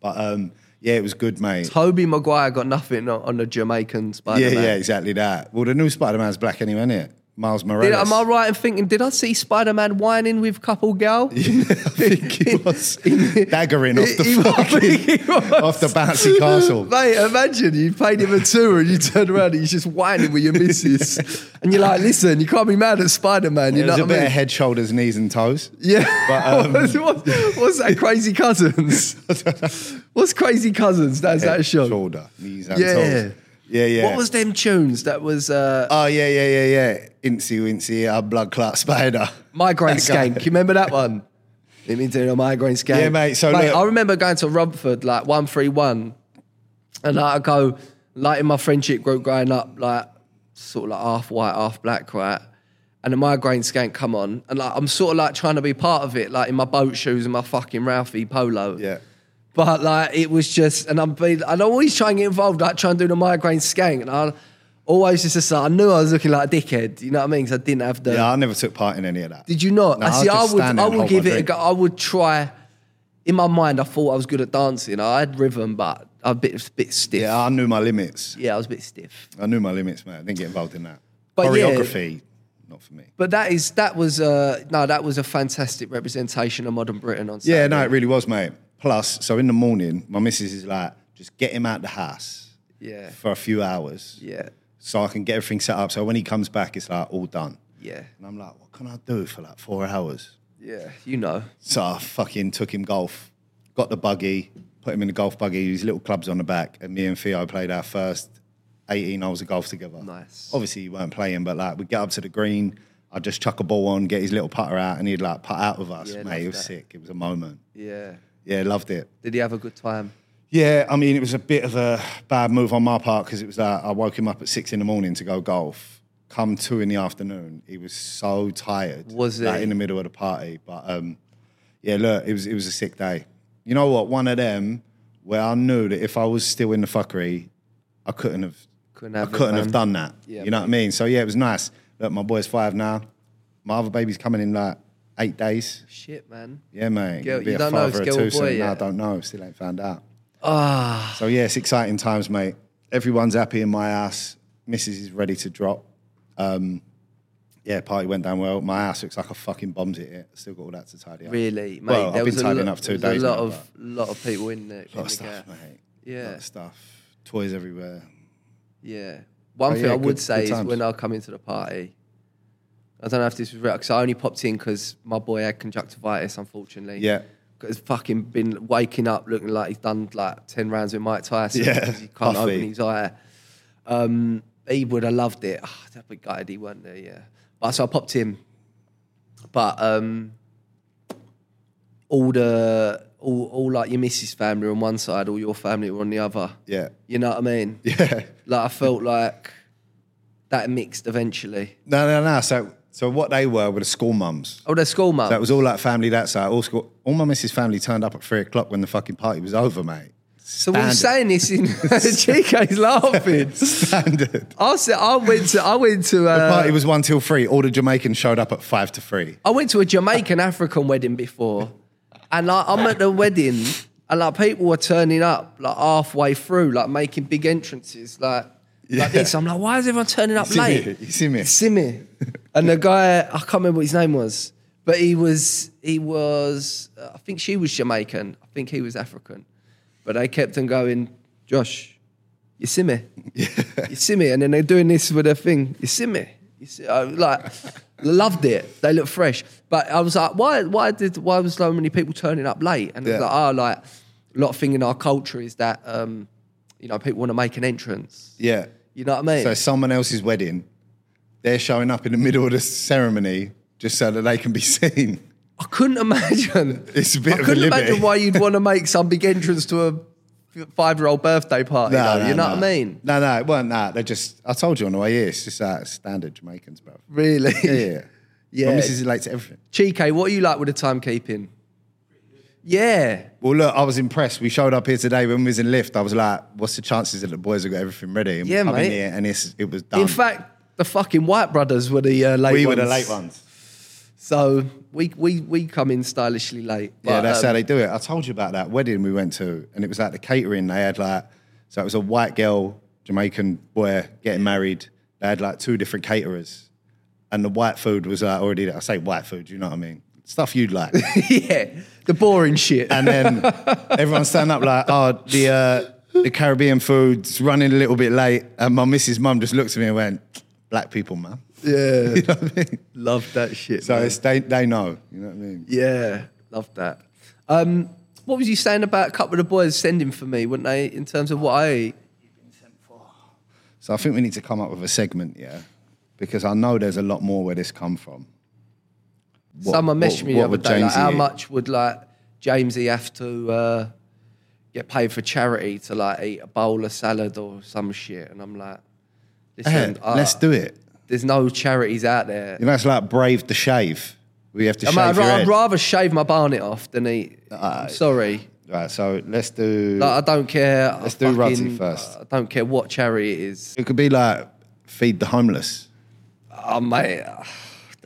Speaker 7: But um, yeah, it was good, mate.
Speaker 6: Toby Maguire got nothing on, on the Jamaican Spider
Speaker 7: Yeah,
Speaker 6: Man.
Speaker 7: yeah, exactly that. Well, the new Spider Man's black anyway, isn't it? Miles Morales.
Speaker 6: Did, am I right in thinking? Did I see Spider Man whining with couple gal?
Speaker 7: I think he was daggering off the
Speaker 6: He was, he was.
Speaker 7: fucking, off the bouncy castle.
Speaker 6: Mate, imagine you paid him a tour and you turn around and he's just whining with your missus, and you're like, "Listen, you can't be mad at Spider Man." You
Speaker 7: It
Speaker 6: know
Speaker 7: was
Speaker 6: what
Speaker 7: a
Speaker 6: I
Speaker 7: bit
Speaker 6: mean?
Speaker 7: of head, shoulders, knees, and toes.
Speaker 6: Yeah.
Speaker 7: But, um,
Speaker 6: what's, what's- what's that? Crazy cousins. what's crazy cousins? That's
Speaker 7: Head,
Speaker 6: that show.
Speaker 7: shoulder, knees, and
Speaker 6: Yeah.
Speaker 7: toes. Yeah, yeah.
Speaker 6: What was them tunes? That was uh,
Speaker 7: Oh yeah, yeah, yeah, yeah. Incy Wincy, our blood clot spider.
Speaker 6: migraine
Speaker 7: That guy.
Speaker 6: skank. You remember that one? It means doing a migraine skank.
Speaker 7: Yeah, mate, so look-
Speaker 6: I remember going to Rumford like one three one, and like, I go like in my friendship group growing up, like sort of like half white, half black, right? And the migraine skank come on, and like I'm sort of like trying to be part of it, like in my boat shoes and my fucking Ralphie polo.
Speaker 7: Yeah.
Speaker 6: But like it was just, and I'm being, I'd always try and get involved, like try and do the migraine skank, and I always just just like, I knew I was looking like a dickhead, you know what I mean? Because I didn't have the.
Speaker 7: Yeah, I never took part in any of that.
Speaker 6: Did you not?
Speaker 7: No,
Speaker 6: I see.
Speaker 7: I'll
Speaker 6: I
Speaker 7: just
Speaker 6: would.
Speaker 7: stand there
Speaker 6: I
Speaker 7: and
Speaker 6: would
Speaker 7: hold
Speaker 6: give
Speaker 7: my
Speaker 6: it a
Speaker 7: drink.
Speaker 6: go. I would try. In my mind, I thought I was good at dancing. I had rhythm, but I was a bit, bit stiff.
Speaker 7: Yeah, I knew my limits.
Speaker 6: Yeah, I was a bit stiff.
Speaker 7: I knew my limits, mate. I didn't get involved in that.
Speaker 6: But yeah-
Speaker 7: Choreography, not for me.
Speaker 6: But that is that was uh, no, that was a fantastic representation of modern Britain on.
Speaker 7: Yeah,
Speaker 6: Saturday.
Speaker 7: no, it really was, mate. Plus, so in the morning, my missus is like, just get him out the house
Speaker 6: Yeah,
Speaker 7: for a few hours,
Speaker 6: yeah,
Speaker 7: so I can get everything set up. So when he comes back, it's like all done.
Speaker 6: yeah,
Speaker 7: And I'm like, what can I do for like four hours?
Speaker 6: yeah. You know.
Speaker 7: So I fucking took him golf, got the buggy, put him in the golf buggy, his little clubs on the back, and me and Theo played our first 18 holes of golf together.
Speaker 6: Nice.
Speaker 7: Obviously, you weren't playing, but like we'd get up to the green, I'd just chuck a ball on, get his little putter out, and he'd like putt out with us.
Speaker 6: Yeah,
Speaker 7: Mate,
Speaker 6: love
Speaker 7: it was
Speaker 6: that.
Speaker 7: sick. It was a moment.
Speaker 6: Yeah.
Speaker 7: Yeah, loved it.
Speaker 6: Did he have a good time?
Speaker 7: Yeah, I mean, it was a bit of a bad move on my part because it was like I woke him up at six in the morning to go golf. Come two in the afternoon, he was so tired.
Speaker 6: Was
Speaker 7: like,
Speaker 6: he?
Speaker 7: in the middle of the party? But um, yeah, look, it was it was a sick day. You know what? One of them where I knew that if I was still in the fuckery, I couldn't have,
Speaker 6: Couldn't have
Speaker 7: I
Speaker 6: it,
Speaker 7: couldn't
Speaker 6: man.
Speaker 7: have done that.
Speaker 6: Yeah,
Speaker 7: you know what I mean? So yeah, it was nice. Look, my boy's five now. My other baby's coming in like eight days.
Speaker 6: Shit, man.
Speaker 7: Yeah, mate.
Speaker 6: Girl-
Speaker 7: Gonna be
Speaker 6: you
Speaker 7: a
Speaker 6: don't know if
Speaker 7: father
Speaker 6: it's
Speaker 7: of
Speaker 6: girl or
Speaker 7: two soon.
Speaker 6: boy
Speaker 7: No, I
Speaker 6: yet?
Speaker 7: don't know. Still ain't found out.
Speaker 6: Ah,
Speaker 7: So yeah, it's exciting times, mate. Everyone's happy in my ass. Mrs. is ready to drop. Um, yeah, party went down well. My ass looks like I fucking bombs it. Yet. Still got all that to tidy up.
Speaker 6: really, mate.
Speaker 7: Well,
Speaker 6: there
Speaker 7: I've
Speaker 6: was
Speaker 7: been tidying
Speaker 6: a lot,
Speaker 7: up two
Speaker 6: there was
Speaker 7: days.
Speaker 6: A lot
Speaker 7: now,
Speaker 6: of lot of people in the,
Speaker 7: but lot
Speaker 6: in
Speaker 7: of
Speaker 6: the
Speaker 7: stuff,
Speaker 6: gap.
Speaker 7: mate. lot
Speaker 6: Yeah,
Speaker 7: of stuff. Toys everywhere.
Speaker 6: yeah. One
Speaker 7: Oh,
Speaker 6: thing
Speaker 7: yeah,
Speaker 6: I
Speaker 7: good-
Speaker 6: would
Speaker 7: good
Speaker 6: say is
Speaker 7: times.
Speaker 6: when I come into the party, I don't know if this was real because I only popped in because my boy had conjunctivitis, unfortunately.
Speaker 7: Yeah.
Speaker 6: Has fucking been waking up looking like he's done like 10 rounds with Mike Tyson
Speaker 7: Yeah,
Speaker 6: because he can't
Speaker 7: puffy.
Speaker 6: open his eye. Um, he would have loved it. Oh, that'd be gutted he weren't there, yeah. But so I popped in. But um, all the, all, all like your missus family were on one side, all your family were on the other.
Speaker 7: Yeah.
Speaker 6: You know what I mean?
Speaker 7: Yeah.
Speaker 6: Like I felt like that mixed eventually.
Speaker 7: No, no, no. So, so what they were were the school mums.
Speaker 6: Oh, they're school mum.
Speaker 7: That was all that family that side. All school. All my missus family turned up at three o'clock when the fucking party was over, mate.
Speaker 6: so we were
Speaker 7: Standard.
Speaker 6: saying this in Chico's laughing.
Speaker 7: Standard.
Speaker 6: I said I went to I went to
Speaker 7: The
Speaker 6: uh,
Speaker 7: party was one till three. All the Jamaicans showed up at five to three.
Speaker 6: I went to a Jamaican African wedding before, and like, I'm at the wedding, and like people were turning up like halfway through, like making big entrances, like
Speaker 7: Yeah.
Speaker 6: like this. I'm like, why is everyone turning up
Speaker 7: You see
Speaker 6: late?
Speaker 7: me? You see me?
Speaker 6: Simi. And the guy, I can't remember what his name was, but he was, he was, I think she was Jamaican. I think he was African. But they kept on going, Josh, you see me? You see me? And then they're doing this with their thing, you see me? You see, I was like, loved it. They look fresh. But I was like, why, why did, why was so many people turning up late? And it was
Speaker 7: Yeah.
Speaker 6: like, oh, like, a lot of thing in our culture is that, um, you know, people want to make an entrance.
Speaker 7: Yeah.
Speaker 6: You know what I mean?
Speaker 7: So someone else's wedding, they're showing up in the middle of the ceremony just so that they can be seen.
Speaker 6: I couldn't imagine.
Speaker 7: It's a bit
Speaker 6: I
Speaker 7: of a
Speaker 6: couldn't
Speaker 7: liberty.
Speaker 6: imagine why you'd want to make some big entrance to a five-year-old birthday party. though, you know what I mean?
Speaker 7: No, no, it weren't that. They just, I told you on the way here, it's just uh, standard Jamaicans, bro.
Speaker 6: Really?
Speaker 7: Yeah, yeah.
Speaker 6: Yeah.
Speaker 7: My missus is late to everything.
Speaker 6: Chico, what are you like with the timekeeping? Yeah.
Speaker 7: Well, look, I was impressed. We showed up here today when we was in lift. I was like, what's the chances that the boys have got everything ready? And we
Speaker 6: Yeah,
Speaker 7: come
Speaker 6: mate.
Speaker 7: in here and it's, it was done.
Speaker 6: In fact, the fucking White Brothers were the uh, late
Speaker 7: Um, we were
Speaker 6: ones.
Speaker 7: the late ones.
Speaker 6: So we, we, we come in stylishly late.
Speaker 7: Yeah,
Speaker 6: but,
Speaker 7: that's
Speaker 6: um,
Speaker 7: how they do it. I told you about that wedding we went to, and it was like the catering. They had like, so it was a white girl, Jamaican boy getting married. They had like two different caterers, and the white food was like already. there. I say white food, you know what I mean? Stuff you'd like.
Speaker 6: yeah, the boring shit.
Speaker 7: and then everyone stand up like, oh, the uh, the Caribbean food's running a little bit late. And my missus mum just looked at me and went, black people, man.
Speaker 6: yeah,
Speaker 7: You know what I mean?
Speaker 6: love that shit.
Speaker 7: So
Speaker 6: man.
Speaker 7: it's, they they know. You know what I mean?
Speaker 6: Yeah, love that. Um, what was you saying about a couple of the boys sending for me, weren't they, in terms of what I eat?
Speaker 7: So I think we need to come up with a segment, yeah, because I know there's a lot more where this come from. What-
Speaker 6: Someone messaged
Speaker 7: what-
Speaker 6: me
Speaker 7: what
Speaker 6: the other
Speaker 7: would
Speaker 6: day, like,
Speaker 7: Jamesy
Speaker 6: how
Speaker 7: eat?
Speaker 6: much would like Jamesy have to uh, get paid for charity to like eat a bowl of salad or some shit? And I'm like,
Speaker 7: Yeah,
Speaker 6: listen, I-
Speaker 7: let's do it.
Speaker 6: There's no charities out there.
Speaker 7: You know, it's like brave the shave. We have to
Speaker 6: I
Speaker 7: shave
Speaker 6: mean, I'd,
Speaker 7: your
Speaker 6: ra- I'd
Speaker 7: head.
Speaker 6: rather shave my barnet off than eat. I'm sorry,
Speaker 7: Right, so let's do.
Speaker 6: like, I don't care.
Speaker 7: Let's
Speaker 6: I
Speaker 7: do Rudsey
Speaker 6: fucking-
Speaker 7: first.
Speaker 6: I don't care what charity it is.
Speaker 7: it could be like feed the homeless.
Speaker 6: Oh, mate,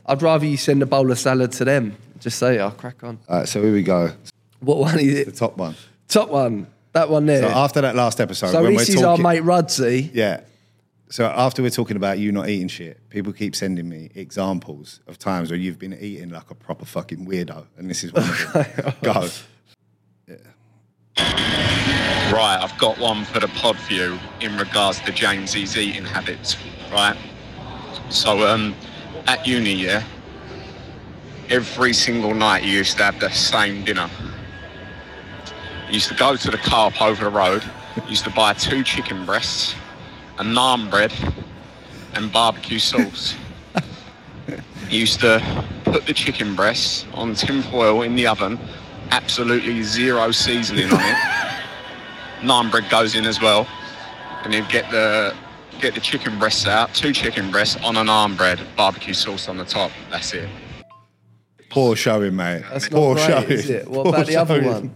Speaker 6: I'd rather you send a bowl of salad to them. Just say, I'll crack on.
Speaker 7: All right, so here we go.
Speaker 6: What one is
Speaker 7: The
Speaker 6: it?
Speaker 7: top one.
Speaker 6: Top one. That one there.
Speaker 7: So
Speaker 6: So,
Speaker 7: after that last episode, when
Speaker 6: this
Speaker 7: we're
Speaker 6: is
Speaker 7: talking,
Speaker 6: our mate Rudsey.
Speaker 7: yeah. So after we're talking about you not eating shit, people keep sending me examples of times where you've been eating like a proper fucking weirdo, and this is one. of them. go.
Speaker 1: Right, I've got one for the pod for you in regards to Jamesy's eating habits, right? So, um, at uni, yeah, every single night you used to have the same dinner. You used to go to the carp over the road, you used to buy two chicken breasts, a naan bread, and barbecue sauce. He used to put the chicken breasts on tinfoil in the oven, absolutely zero seasoning on it. naan bread goes in as well, and he'd get the get the chicken breasts out, two chicken breasts on an arm bread, barbecue sauce on the top. That's it.
Speaker 7: Poor showing, mate.
Speaker 6: That's not
Speaker 7: Poor
Speaker 6: great,
Speaker 7: showing.
Speaker 6: is it? What
Speaker 7: Poor
Speaker 6: about the other
Speaker 7: showing.
Speaker 6: one?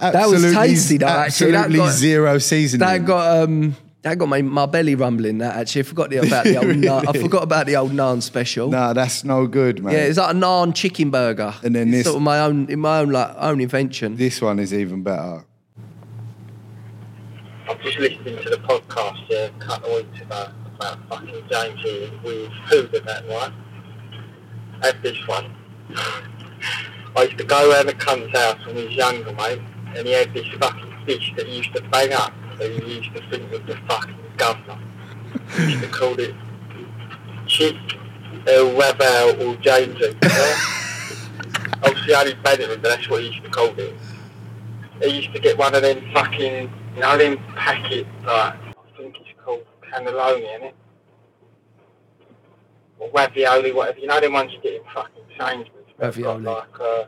Speaker 6: was
Speaker 7: Absolutely-
Speaker 6: tasty, though, actually. That
Speaker 7: Absolutely
Speaker 6: got-
Speaker 7: zero seasoning.
Speaker 6: That got um, that got my, my belly rumbling. That actually, I forgot the, about the old. naan. I
Speaker 7: Really?
Speaker 6: forgot about the old naan special.
Speaker 7: Nah, that's no good, mate.
Speaker 6: Yeah, it's like a naan chicken burger.
Speaker 7: And then
Speaker 6: It's
Speaker 7: this-
Speaker 6: sort of my own, in my own like own invention.
Speaker 7: this one is even better.
Speaker 3: I'm just listening to the podcast uh, a couple of weeks ago about fucking James here with food and that, right? Had this one. I used to go round the cunt's house when he was younger, mate, and he had this fucking fish that he used to bang up, that he used to think was the fucking governor. He used to call it Chick El Rabal or Jamesy. yeah? Obviously, I didn't ban it, but that's what he used to call it he used to get one of them fucking, you know, them packet, like, I think it's called cannelloni, innit? Or ravioli, whatever. You know them ones you get in fucking Sainsbury's? where they've got,
Speaker 6: Ravioli.
Speaker 3: Like, uh,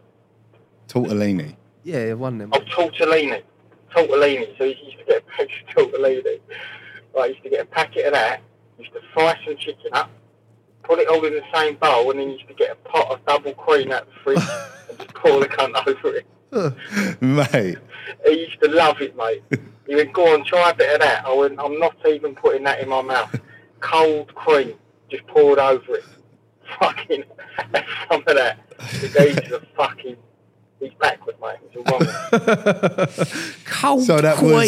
Speaker 7: Tortellini.
Speaker 6: Yeah, yeah, one of
Speaker 3: oh,
Speaker 6: them.
Speaker 3: tortellini. Tortellini. So he used to get a packet of tortellini. Right, he used to get a packet of that. He used to fry some chicken up, put it all in the same bowl, and then he used to get a pot of double cream out the fridge and just pour the cunt over it.
Speaker 7: mate,
Speaker 3: He used to love it, mate. He would go and try a bit of that. I went, I'm not even putting that in my mouth. Cold cream just poured over it. Fucking have some of that. The guy's a fucking. He's backward, mate. He's a woman.
Speaker 6: Cold
Speaker 7: So that was-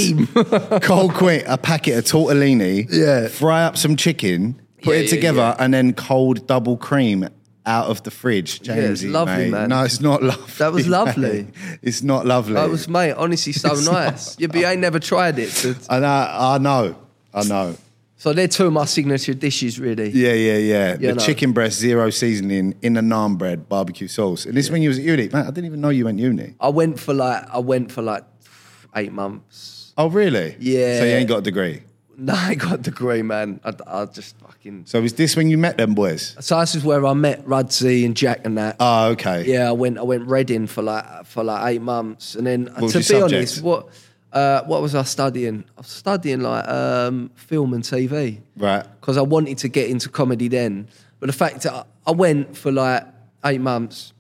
Speaker 6: cream.
Speaker 7: cold quick, a packet of tortellini.
Speaker 6: Yeah.
Speaker 7: Fry up some chicken, put
Speaker 6: Yeah,
Speaker 7: it
Speaker 6: yeah,
Speaker 7: together,
Speaker 6: yeah.
Speaker 7: and then cold double cream out of the fridge. Jamesy,
Speaker 6: it's lovely,
Speaker 7: mate.
Speaker 6: man.
Speaker 7: No, it's not lovely.
Speaker 6: That was lovely.
Speaker 7: mate. It's not lovely.
Speaker 6: that was, mate. Honestly, so
Speaker 7: It's
Speaker 6: nice. Yeah, but you ain't never tried it. So,
Speaker 7: I know. I know. I know.
Speaker 6: so they're two of my signature dishes, really.
Speaker 7: Yeah, yeah, yeah.
Speaker 6: Yeah,
Speaker 7: the
Speaker 6: no.
Speaker 7: chicken breast, zero seasoning, in the naan bread, barbecue sauce. And this when you was at uni, man. I didn't even know you went uni.
Speaker 6: I went for like I went for like eight months.
Speaker 7: Oh, really?
Speaker 6: Yeah.
Speaker 7: So you ain't got a degree.
Speaker 6: No, I got a degree, man. I, I just fucking.
Speaker 7: So is this when you met them boys?
Speaker 6: So this is where I met Rudsey and Jack and that.
Speaker 7: Oh, okay.
Speaker 6: yeah, I went I went Reading for like for like eight months, and then
Speaker 7: was
Speaker 6: to be
Speaker 7: your subject?
Speaker 6: honest, what uh, what was I studying? I was studying like um, film and TV,
Speaker 7: Right.
Speaker 6: Because I wanted to get into comedy then, but the fact that I, I went for like eight months,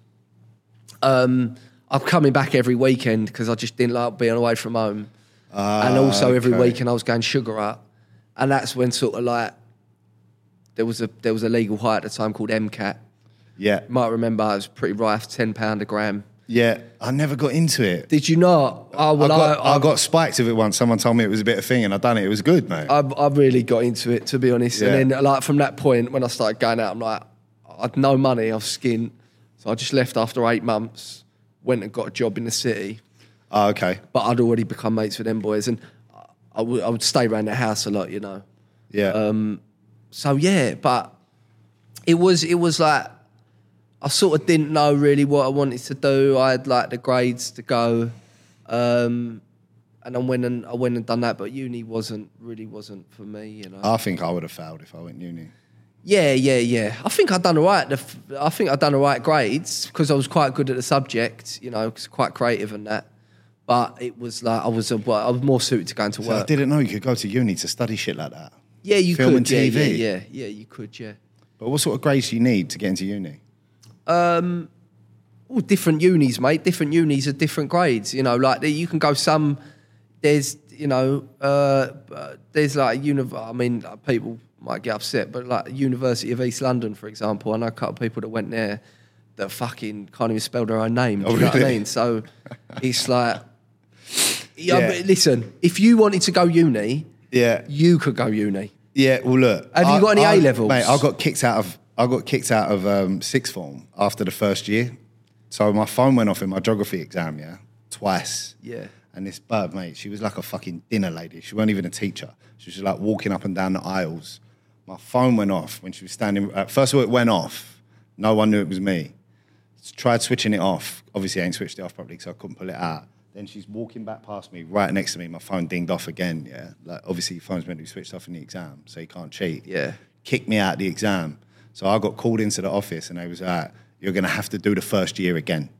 Speaker 6: um, I'm coming back every weekend because I just didn't like being away from home, and also every
Speaker 7: Ah, okay.
Speaker 6: weekend I was going sugar up, and that's when sort of like there was a there was a legal high at the time called MCAT
Speaker 7: Yeah.
Speaker 6: might remember it was pretty rife, ten pound a gram.
Speaker 7: Yeah. I never got into it.
Speaker 6: Did you not? Oh, well,
Speaker 7: I, got, I,
Speaker 6: I, I,
Speaker 7: got spiked of it once. Someone told me it was a bit of thing, and I done it. It was good, mate.
Speaker 6: I, I really got into it to be honest.
Speaker 7: Yeah.
Speaker 6: And then, like from that point, when I started going out, I'm like, I'd no money, I was skint, so I just left after eight months. Went and got a job in the city,
Speaker 7: oh, okay.
Speaker 6: but I'd already become mates with them boys, and I- I would I would stay around the house a lot, you know.
Speaker 7: Yeah.
Speaker 6: Um, So yeah, but it was it was like I sort of didn't know really what I wanted to do. I had like the grades to go, um, and I went and I went and done that. But uni wasn't really wasn't for me, you know.
Speaker 7: I think I would have failed if I went uni.
Speaker 6: yeah, yeah, yeah. I think I'd done all right. The f- I think I'd done all right grades because I was quite good at the subject, you know, 'cause quite creative and that. But it was like I was a, well, I was more suited to going to
Speaker 7: But I
Speaker 6: work.
Speaker 7: didn't know you could go to uni to study shit like that.
Speaker 6: yeah, you
Speaker 7: film
Speaker 6: could.
Speaker 7: and
Speaker 6: yeah,
Speaker 7: TV.
Speaker 6: yeah, yeah, yeah, you could. Yeah.
Speaker 7: But what sort of grades do you need to get into uni?
Speaker 6: all different unis, mate. Different unis are different grades. You know, like you can go some. There's you know uh, uh, there's like a uni. I mean, like, people might get upset, but like University of East London, for example, I know a couple of people that went there that fucking can't even spell their own name. Do you
Speaker 7: Oh,
Speaker 6: know what I
Speaker 7: really?
Speaker 6: mean? So it's like. Yeah,
Speaker 7: Yeah.
Speaker 6: But listen. If you wanted to go uni,
Speaker 7: Yeah.
Speaker 6: you could go uni.
Speaker 7: Yeah, well, look.
Speaker 6: Have you got any
Speaker 7: I-
Speaker 6: A-levels?
Speaker 7: Mate, I got kicked out of I got kicked out of um, sixth form after the first year. So my phone went off in my geography exam, yeah, twice.
Speaker 6: Yeah.
Speaker 7: And this bird, mate, she was like a fucking dinner lady. She wasn't even a teacher. She was just like walking up and down the aisles. My phone went off when she was standing. Uh, first of all, it went off. No one knew it was me. S- Tried switching it off. Obviously, I ain't switched it off properly because I couldn't pull it out. Then she's walking back past me, right next to me. My phone dinged off again. Yeah, like obviously your phone's meant to be switched off in the exam, so you can't cheat.
Speaker 6: Yeah.
Speaker 7: kicked me out of the exam. So I got called into the office, and they was like, "You're gonna have to do the first year again."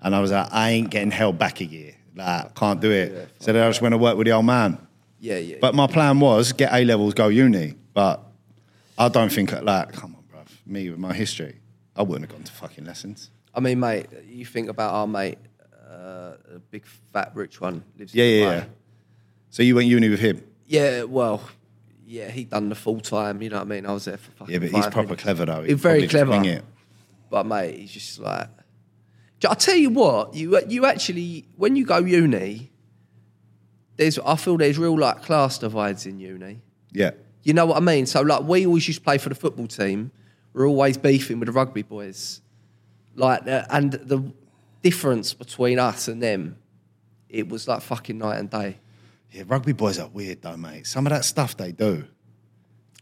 Speaker 7: And I was like, "I ain't getting held back a year. Like, can't do it." so then I just went to work with the old man.
Speaker 6: Yeah, yeah.
Speaker 7: But my plan was get A levels, go uni. But I don't think like, come on, bruv, me with my history, I wouldn't have gone to fucking lessons.
Speaker 6: I mean, mate, you think about our mate, uh, a big fat rich one lives.
Speaker 7: Yeah,
Speaker 6: in
Speaker 7: yeah, yeah.
Speaker 6: Dubai.
Speaker 7: So you went uni with him?
Speaker 6: Yeah, well, yeah, he done the full time. You know what I mean? I was there for fucking.
Speaker 7: Yeah, but he's
Speaker 6: five
Speaker 7: proper
Speaker 6: minutes.
Speaker 7: clever though.
Speaker 6: He's very
Speaker 7: probably just
Speaker 6: clever.
Speaker 7: wing it.
Speaker 6: But mate, he's just like. I tell you what, you you actually when you go uni, there's I feel there's real like class divides in uni.
Speaker 7: Yeah,
Speaker 6: You know what I mean? So like we always used to play for the football team. We're always beefing with the rugby boys. Like uh, and the difference between us and them, it was like fucking night and day.
Speaker 7: yeah. Rugby boys are weird though, mate. Some of that stuff they do.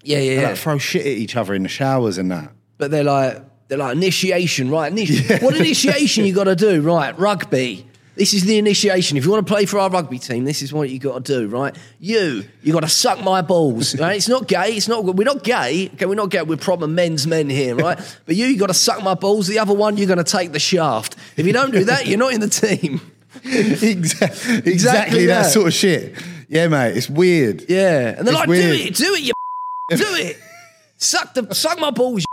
Speaker 6: Yeah, yeah,
Speaker 7: They
Speaker 6: yeah.
Speaker 7: like, throw shit at each other in the showers and that.
Speaker 6: but they're like they're like initiation, right? Initi- What initiation you got to do, right? Rugby. This is the initiation. If you want to play for our rugby team, this is what you got to do, right? You, you got to suck my balls. Right? It's not gay. It's not. We're not gay. Okay, we're not gay. We're proper men's men here, right? But you, you got to suck my balls. The other one, you're going to take the shaft. If you don't do that, you're not in the team.
Speaker 7: exactly,
Speaker 6: Exactly
Speaker 7: exactly that.
Speaker 6: that.
Speaker 7: sort of shit. Yeah, mate. It's weird.
Speaker 6: Yeah, and they're
Speaker 7: It's
Speaker 6: like,
Speaker 7: weird.
Speaker 6: do it, do it, you do it, suck the suck my balls. You,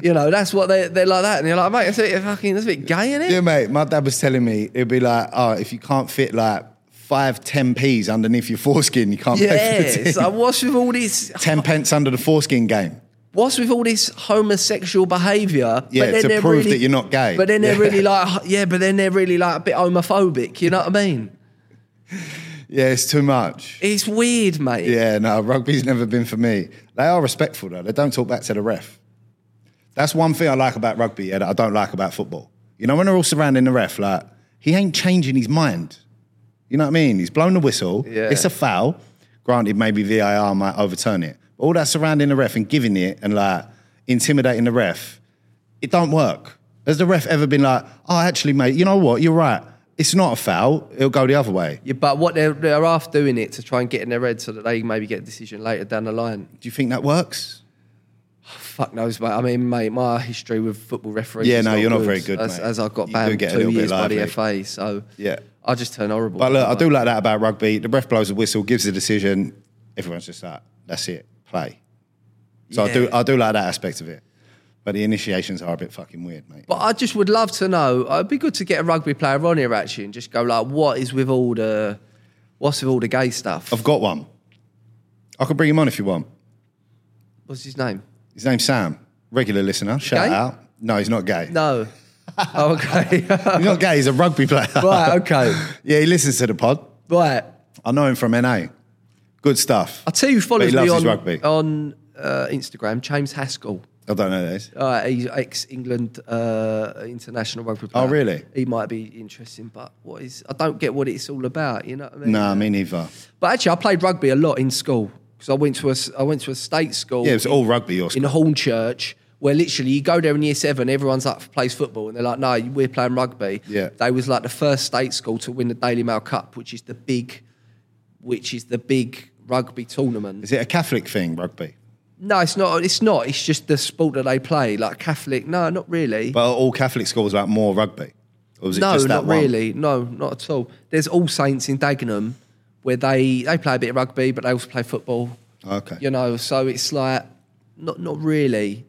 Speaker 6: you know, that's what they they're like that, and you're like, mate, that's a bit fucking, that's a bit gay, isn't it?
Speaker 7: Yeah, mate. My dad was telling me it'd be like, oh, if you can't fit like five ten p's underneath your foreskin, you can't play for the
Speaker 6: Yeah,
Speaker 7: team.
Speaker 6: so what's with all this?
Speaker 7: ten pence under the foreskin game.
Speaker 6: What's with all this homosexual behaviour?
Speaker 7: Yeah, to
Speaker 6: they're
Speaker 7: prove that you're not gay.
Speaker 6: But then they're
Speaker 7: Yeah.
Speaker 6: really like, yeah, but then they're really like a bit homophobic. You know what I mean?
Speaker 7: Yeah, it's too much.
Speaker 6: It's weird, mate.
Speaker 7: Yeah, no, rugby's never been for me. They are respectful though. They don't talk back to the ref. That's one thing I like about rugby. Yeah, that I don't like about football. You know, when they're all surrounding the ref, like he ain't changing his mind. You know what I mean? He's blown the whistle.
Speaker 6: Yeah.
Speaker 7: It's a foul. Granted, maybe VIR might overturn it. But all that surrounding the ref and giving it and like intimidating the ref, it don't work. Has the ref ever been like, oh, actually, mate, you know what? You're right. It's not a foul. It'll go the other way.
Speaker 6: Yeah, but what they're they're half doing it to try and get in their head so that they maybe get a decision later down the line.
Speaker 7: Do you think that works?
Speaker 6: Fuck knows, mate. I mean, mate, my history with football referees.
Speaker 7: Yeah,
Speaker 6: is
Speaker 7: no, you're not very good,
Speaker 6: As,
Speaker 7: mate.
Speaker 6: as I got
Speaker 7: You do
Speaker 6: banned
Speaker 7: get a
Speaker 6: two
Speaker 7: little bit
Speaker 6: years by the
Speaker 7: lively.
Speaker 6: FA, so
Speaker 7: Yeah.
Speaker 6: I just turn horrible.
Speaker 7: But look, I do like that about rugby. The ref blows a whistle, gives the decision. Everyone's just like, that's it, play. So I do,
Speaker 6: Yeah.
Speaker 7: I do like that aspect of it. But the initiations are a bit fucking weird, mate.
Speaker 6: But I just would love to know. It'd be good to get a rugby player on here actually, and just go like, what is with all the, what's with all the gay stuff?
Speaker 7: I've got one. I can bring him on if you want.
Speaker 6: What's his name?
Speaker 7: His name's Sam, regular listener. Shout
Speaker 6: Gay?
Speaker 7: out. No, he's not gay.
Speaker 6: No. oh, okay.
Speaker 7: He's not gay. He's a rugby player.
Speaker 6: right. Okay.
Speaker 7: yeah, he listens to the pod.
Speaker 6: Right.
Speaker 7: I know him from NA. Good stuff.
Speaker 6: I tell you, who follows
Speaker 7: But he
Speaker 6: me
Speaker 7: loves
Speaker 6: on
Speaker 7: his rugby.
Speaker 6: on uh, Instagram. James Haskell.
Speaker 7: I don't know this.
Speaker 6: All right, Uh, he's ex England uh, international rugby player.
Speaker 7: Oh, really?
Speaker 6: He might be interesting, but what is? I don't get what it's all about. You know what I mean?
Speaker 7: Nah, me neither.
Speaker 6: But actually, I played rugby a lot in school because I went to a s- I went to a state school.
Speaker 7: Yeah, it was all rugby, your
Speaker 6: in
Speaker 7: school.
Speaker 6: Hornchurch, where literally you go there in year seven, everyone's like plays football, and they're like, no, we're playing rugby.
Speaker 7: Yeah.
Speaker 6: they was like the first state school to win the Daily Mail Cup, which is the big, which is the big rugby tournament.
Speaker 7: Is it a Catholic thing, rugby?
Speaker 6: No, it's not. It's not. It's just the sport that they play, like Catholic. No, not really.
Speaker 7: But are all Catholic schools like more rugby? Or was it
Speaker 6: no,
Speaker 7: just that
Speaker 6: not
Speaker 7: one?
Speaker 6: really. No, not at all. There's All Saints in Dagenham, where they they play a bit of rugby, but they also play football.
Speaker 7: Okay.
Speaker 6: you know so it's like not not really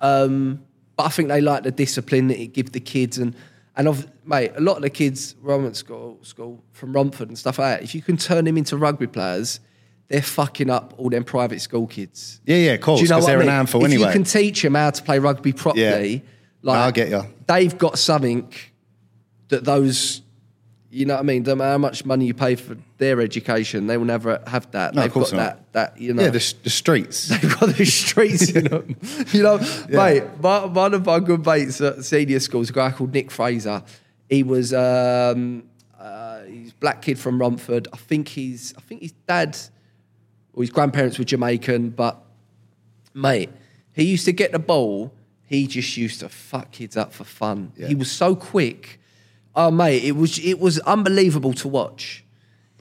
Speaker 6: um but i think they like the discipline that it give the kids and and of mate a lot of the kids roman school school from romford and stuff like that if you can turn them into rugby players they're fucking up all them private school kids
Speaker 7: Yeah, yeah, of course.
Speaker 6: do you know
Speaker 7: 'cause
Speaker 6: what
Speaker 7: they're
Speaker 6: I mean?
Speaker 7: an handful
Speaker 6: if
Speaker 7: anyway.
Speaker 6: you can teach them how to play rugby properly
Speaker 7: Yeah.
Speaker 6: like
Speaker 7: I get ya.
Speaker 6: they've got something that those you know what I mean? No matter how much money you pay for their education, they will never have that.
Speaker 7: No, of
Speaker 6: They've
Speaker 7: course
Speaker 6: got
Speaker 7: not.
Speaker 6: that. That you know.
Speaker 7: Yeah, the, the streets.
Speaker 6: They've got the streets in them. You know, mate, one one of my good mates at senior school is a guy called Nick Fraser. He was um, uh, he's a black kid from Romford. I think he's I think his dad or his grandparents were Jamaican, but mate, he used to get the ball. He just used to fuck kids up for fun. He was so quick. Oh mate, it was it was unbelievable to watch.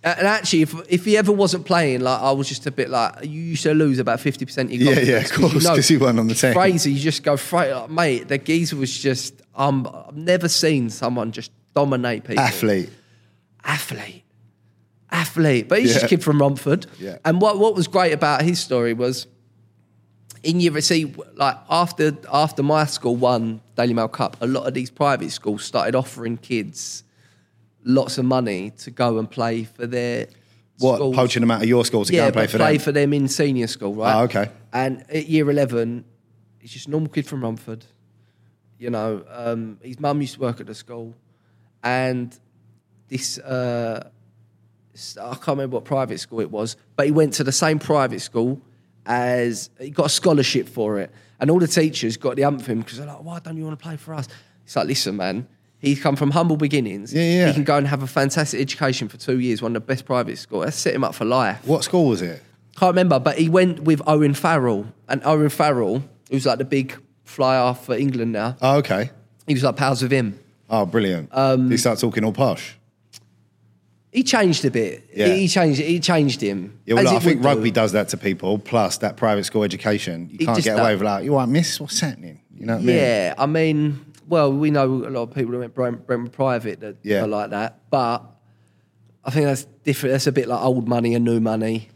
Speaker 6: A- And actually, if if he ever wasn't playing, like I was just a bit like you used to lose about fifty percent.
Speaker 7: Yeah, yeah, of course, 'cause he wasn't on the team.
Speaker 6: Crazy, you just go straight, like, mate. The geezer was just um, I've never seen someone just dominate people.
Speaker 7: Athlete.
Speaker 6: athlete, athlete. But he's just a
Speaker 7: Yeah.
Speaker 6: kid from Romford.
Speaker 7: Yeah.
Speaker 6: And what what was great about his story was, in year see, like after after my school won Daily Mail Cup, a lot of these private schools started offering kids lots of money to go and play for their
Speaker 7: What,
Speaker 6: schools.
Speaker 7: poaching them out of your school to go
Speaker 6: yeah,
Speaker 7: and play
Speaker 6: but
Speaker 7: for
Speaker 6: play
Speaker 7: them?
Speaker 6: for them in senior school, right?
Speaker 7: Ah, okay.
Speaker 6: And at year eleven, he's just a normal kid from Romford. You know, um, his mum used to work at the school, and this uh, s- I can't remember what private school it was, but he went to the same private school as he got a scholarship for it, and all the teachers got the ump for him because they're like, "Why don't you want to play for us?" It's like, listen, man. He's come from humble beginnings.
Speaker 7: Yeah, yeah.
Speaker 6: He can go and have a fantastic education for two years, one of the best private schools. That set him up for life.
Speaker 7: What school was it?
Speaker 6: Can't remember, but he went with Owen Farrell. And Owen Farrell, who's like the big flyer for England now,
Speaker 7: Oh, okay.
Speaker 6: he was like pals with him.
Speaker 7: Oh, brilliant. Um, he starts talking all posh.
Speaker 6: He changed a bit.
Speaker 7: Yeah.
Speaker 6: He changed he changed him.
Speaker 7: Yeah, well,
Speaker 6: As
Speaker 7: look, I
Speaker 6: it
Speaker 7: think
Speaker 6: would do.
Speaker 7: rugby does that to people. Plus, that private school education, you
Speaker 6: It
Speaker 7: can't
Speaker 6: just
Speaker 7: get away
Speaker 6: does.
Speaker 7: with like, you all right, miss? What's happening? You know what I mean?
Speaker 6: Yeah, I mean, well, we know a lot of people that went Brent, Brentford private that
Speaker 7: Yeah.
Speaker 6: are like that, but I think that's different. That's a bit like old money and new money.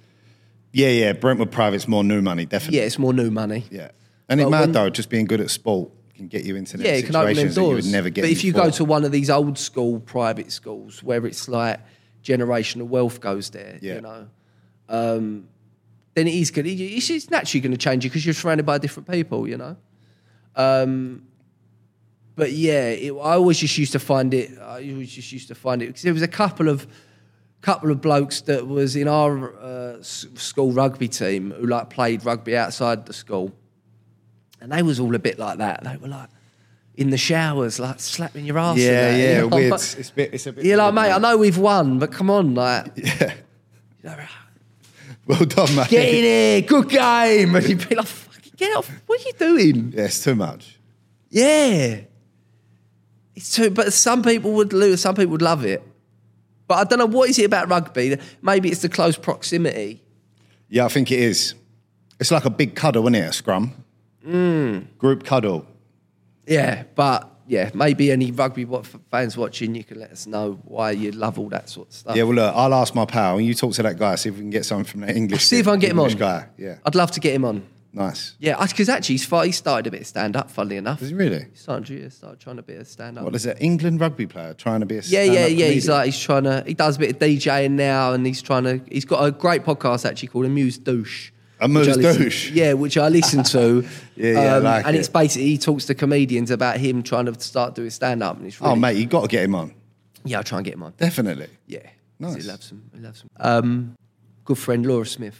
Speaker 7: Yeah, yeah. Brentwood private's more new money, definitely.
Speaker 6: Yeah, it's more new money.
Speaker 7: Yeah. And it
Speaker 6: But
Speaker 7: mad
Speaker 6: when-
Speaker 7: though, just being good at sport can get you into them
Speaker 6: yeah, it can open them
Speaker 7: situations that you would
Speaker 6: doors.
Speaker 7: never get.
Speaker 6: but if you go to
Speaker 7: before.
Speaker 6: one of these old school private schools where it's like generational wealth goes there,
Speaker 7: Yeah.
Speaker 6: you know, um, then it is good. It- It's, it's naturally going to change you because you're surrounded by different people, you know. Um, but yeah, it, I always just used to find it. I always just used to find it because there was a couple of couple of blokes that was in our uh, s- school rugby team who like played rugby outside the school, and they was all a bit like that. They were like in the showers, like slapping your ass. and
Speaker 7: yeah,
Speaker 6: that,
Speaker 7: yeah,
Speaker 6: you know?
Speaker 7: weird. It's a bit, it's a bit.
Speaker 6: You're like,
Speaker 7: weird,
Speaker 6: mate, I know we've won, but come on, like,
Speaker 7: Well done, mate.
Speaker 6: get in here, good game, and you'd be like, fucking get off, what are you doing?
Speaker 7: Yeah, it's too much.
Speaker 6: Yeah, it's too. But some people would lose, some people would love it. But I don't know what is it about rugby. Maybe it's the close proximity.
Speaker 7: Yeah, I think it is. It's like a big cuddle, isn't it? A scrum. Group cuddle.
Speaker 6: Yeah, but yeah, maybe any rugby wa- fans watching, you can let us know why you love all that sort of stuff.
Speaker 7: Yeah, well, look, I'll ask my pal, and you talk to that guy, see if we can get something from that English.
Speaker 6: See if I can get him
Speaker 7: English
Speaker 6: on.
Speaker 7: guy. Yeah,
Speaker 6: I'd love to get him on.
Speaker 7: nice.
Speaker 6: Yeah, because actually, he's fi- he started a bit of stand up, funnily enough.
Speaker 7: Is he really?
Speaker 6: He started, yeah, started trying a bit of stand up.
Speaker 7: What is it? England rugby player trying to be a
Speaker 6: Yeah, yeah, yeah.
Speaker 7: stand-up
Speaker 6: He's
Speaker 7: comedian?
Speaker 6: like he's trying to. He does a bit of DJing now, and he's trying to. He's got a great podcast actually called Amuse Douche.
Speaker 7: Amuse
Speaker 6: which I listen-
Speaker 7: Douche?
Speaker 6: Yeah, which I listen to. Um,
Speaker 7: Yeah, yeah, I like
Speaker 6: and
Speaker 7: it.
Speaker 6: it's basically he talks to comedians about him trying to start doing stand up, and it's really,
Speaker 7: oh, mate, you got to get him on.
Speaker 6: yeah, I'll try and get him on.
Speaker 7: Definitely.
Speaker 6: Yeah, 'cause
Speaker 7: Nice.
Speaker 6: He loves him. He loves him. Um, good friend Laura Smith,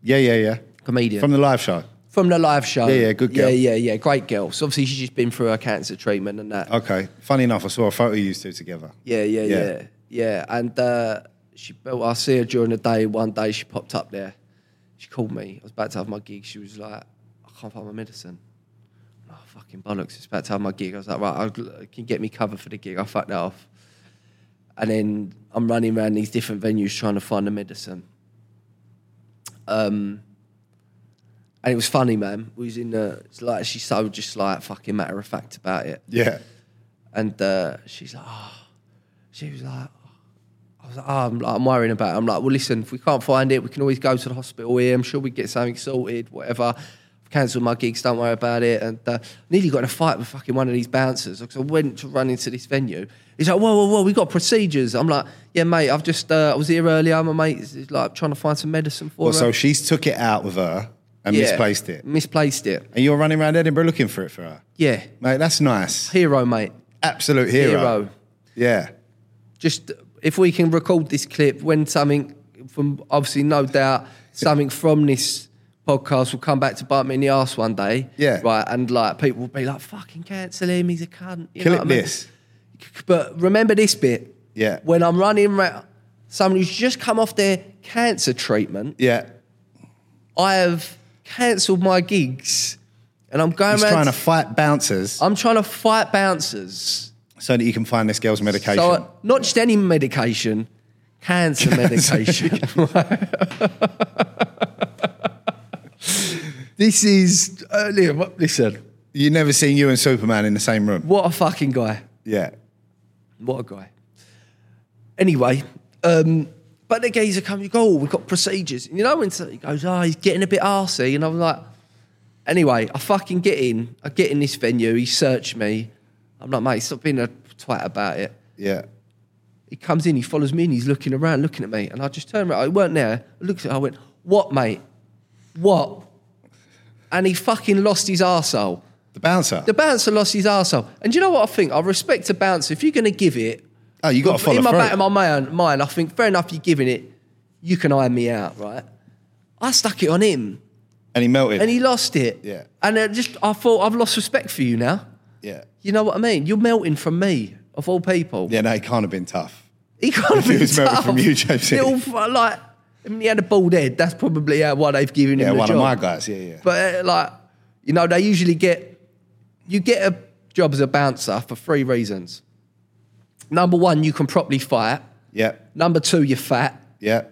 Speaker 7: Yeah, yeah, yeah.
Speaker 6: comedian
Speaker 7: From the live show.
Speaker 6: From the live show.
Speaker 7: Yeah, yeah, good girl.
Speaker 6: Yeah, yeah, yeah, great girl. So obviously she's just been through her cancer treatment and that.
Speaker 7: Okay. Funny enough, I saw a photo you two together.
Speaker 6: Yeah, yeah,
Speaker 7: Yeah.
Speaker 6: yeah, yeah. And uh, she, well, I see her during the day. One day she popped up there. She called me. I was about to have my gig. She was like, I can't find my medicine. I'm like, Oh, fucking bollocks. It's about to have my gig. I was like, right, I'll, can you get me cover for the gig? I fucked that off. And then I'm running around these different venues trying to find the medicine. Um, and it was funny, man. We was in the, it's like, she's so just like fucking matter of fact about it.
Speaker 7: Yeah.
Speaker 6: And uh, she's like, oh. she was like, I was like, oh, I'm, like, I'm worrying about it. I'm like, well, listen, if we can't find it, we can always go to the hospital here. I'm sure we get something sorted, whatever. I've cancelled my gigs, don't worry about it. And uh, nearly got in a fight with fucking one of these bouncers because I went to run into this venue. He's like, whoa, whoa, whoa, we got procedures. I'm like, yeah, mate, I've just, uh, I was here earlier. My mate is is, like trying to find some medicine for
Speaker 7: Well,
Speaker 6: her.
Speaker 7: so she's took it out with her and
Speaker 6: Yeah.
Speaker 7: misplaced it.
Speaker 6: Misplaced it.
Speaker 7: And you're running around Edinburgh looking for it for her.
Speaker 6: Yeah.
Speaker 7: Mate, that's nice.
Speaker 6: Hero, mate.
Speaker 7: Absolute hero.
Speaker 6: Hero.
Speaker 7: Yeah.
Speaker 6: just if we can record this clip when something from obviously no doubt something from this podcast will come back to bite me in the ass one day.
Speaker 7: Yeah.
Speaker 6: Right. And like people will be like, fucking cancel him, he's a cunt. You know
Speaker 7: Clip
Speaker 6: what I mean?
Speaker 7: this.
Speaker 6: But remember this bit.
Speaker 7: Yeah.
Speaker 6: When I'm running around someone who's just come off their cancer treatment,
Speaker 7: Yeah.
Speaker 6: I have cancelled my gigs and I'm going
Speaker 7: He's
Speaker 6: around
Speaker 7: trying to fight bouncers.
Speaker 6: I'm trying to fight bouncers.
Speaker 7: so that you can find this girl's medication.
Speaker 6: So, uh, not just any medication, cancer medication. this is, uh, Liam, what- listen,
Speaker 7: you never seen you and Superman in the same room.
Speaker 6: what a fucking guy.
Speaker 7: Yeah.
Speaker 6: What a guy. Anyway, um, but the geezer come, you go, oh, we've got procedures. And you know, when somebody goes, oh, he's getting a bit arsey. And I'm like, anyway, I fucking get in. I get in this venue. He searched me. I'm like, mate, stop being a twat about it.
Speaker 7: Yeah.
Speaker 6: He comes in, he follows me, and he's looking around, looking at me. And I just turned around. I weren't there. I looked at him, I went, what, mate? What? And he fucking lost his arsehole.
Speaker 7: The bouncer.
Speaker 6: The bouncer lost his arsehole. And do you know what I think? I respect a bouncer. If you're going to give it,
Speaker 7: oh, you got to follow
Speaker 6: in my
Speaker 7: through.
Speaker 6: back of my mind, mind, I think fair enough. You're giving it. You can iron me out, right? I stuck it on him,
Speaker 7: and he melted.
Speaker 6: and he lost it.
Speaker 7: Yeah.
Speaker 6: And I just, I thought I've lost respect for you now.
Speaker 7: yeah.
Speaker 6: You know what I mean? You're melting from me, of all people.
Speaker 7: Yeah, no, he can't have been tough.
Speaker 6: He can't have
Speaker 7: He
Speaker 6: been
Speaker 7: was melting
Speaker 6: tough.
Speaker 7: from you, JC.
Speaker 6: Little fu- like, I mean, he had a bald head. That's probably uh, why they've given
Speaker 7: Yeah,
Speaker 6: him the
Speaker 7: one
Speaker 6: job.
Speaker 7: of my guys. Yeah, yeah.
Speaker 6: But uh, like, you know, they usually get you get a job as a bouncer for three reasons. Number one, you can properly fight.
Speaker 7: yeah.
Speaker 6: Number two, you're fat.
Speaker 7: Yeah.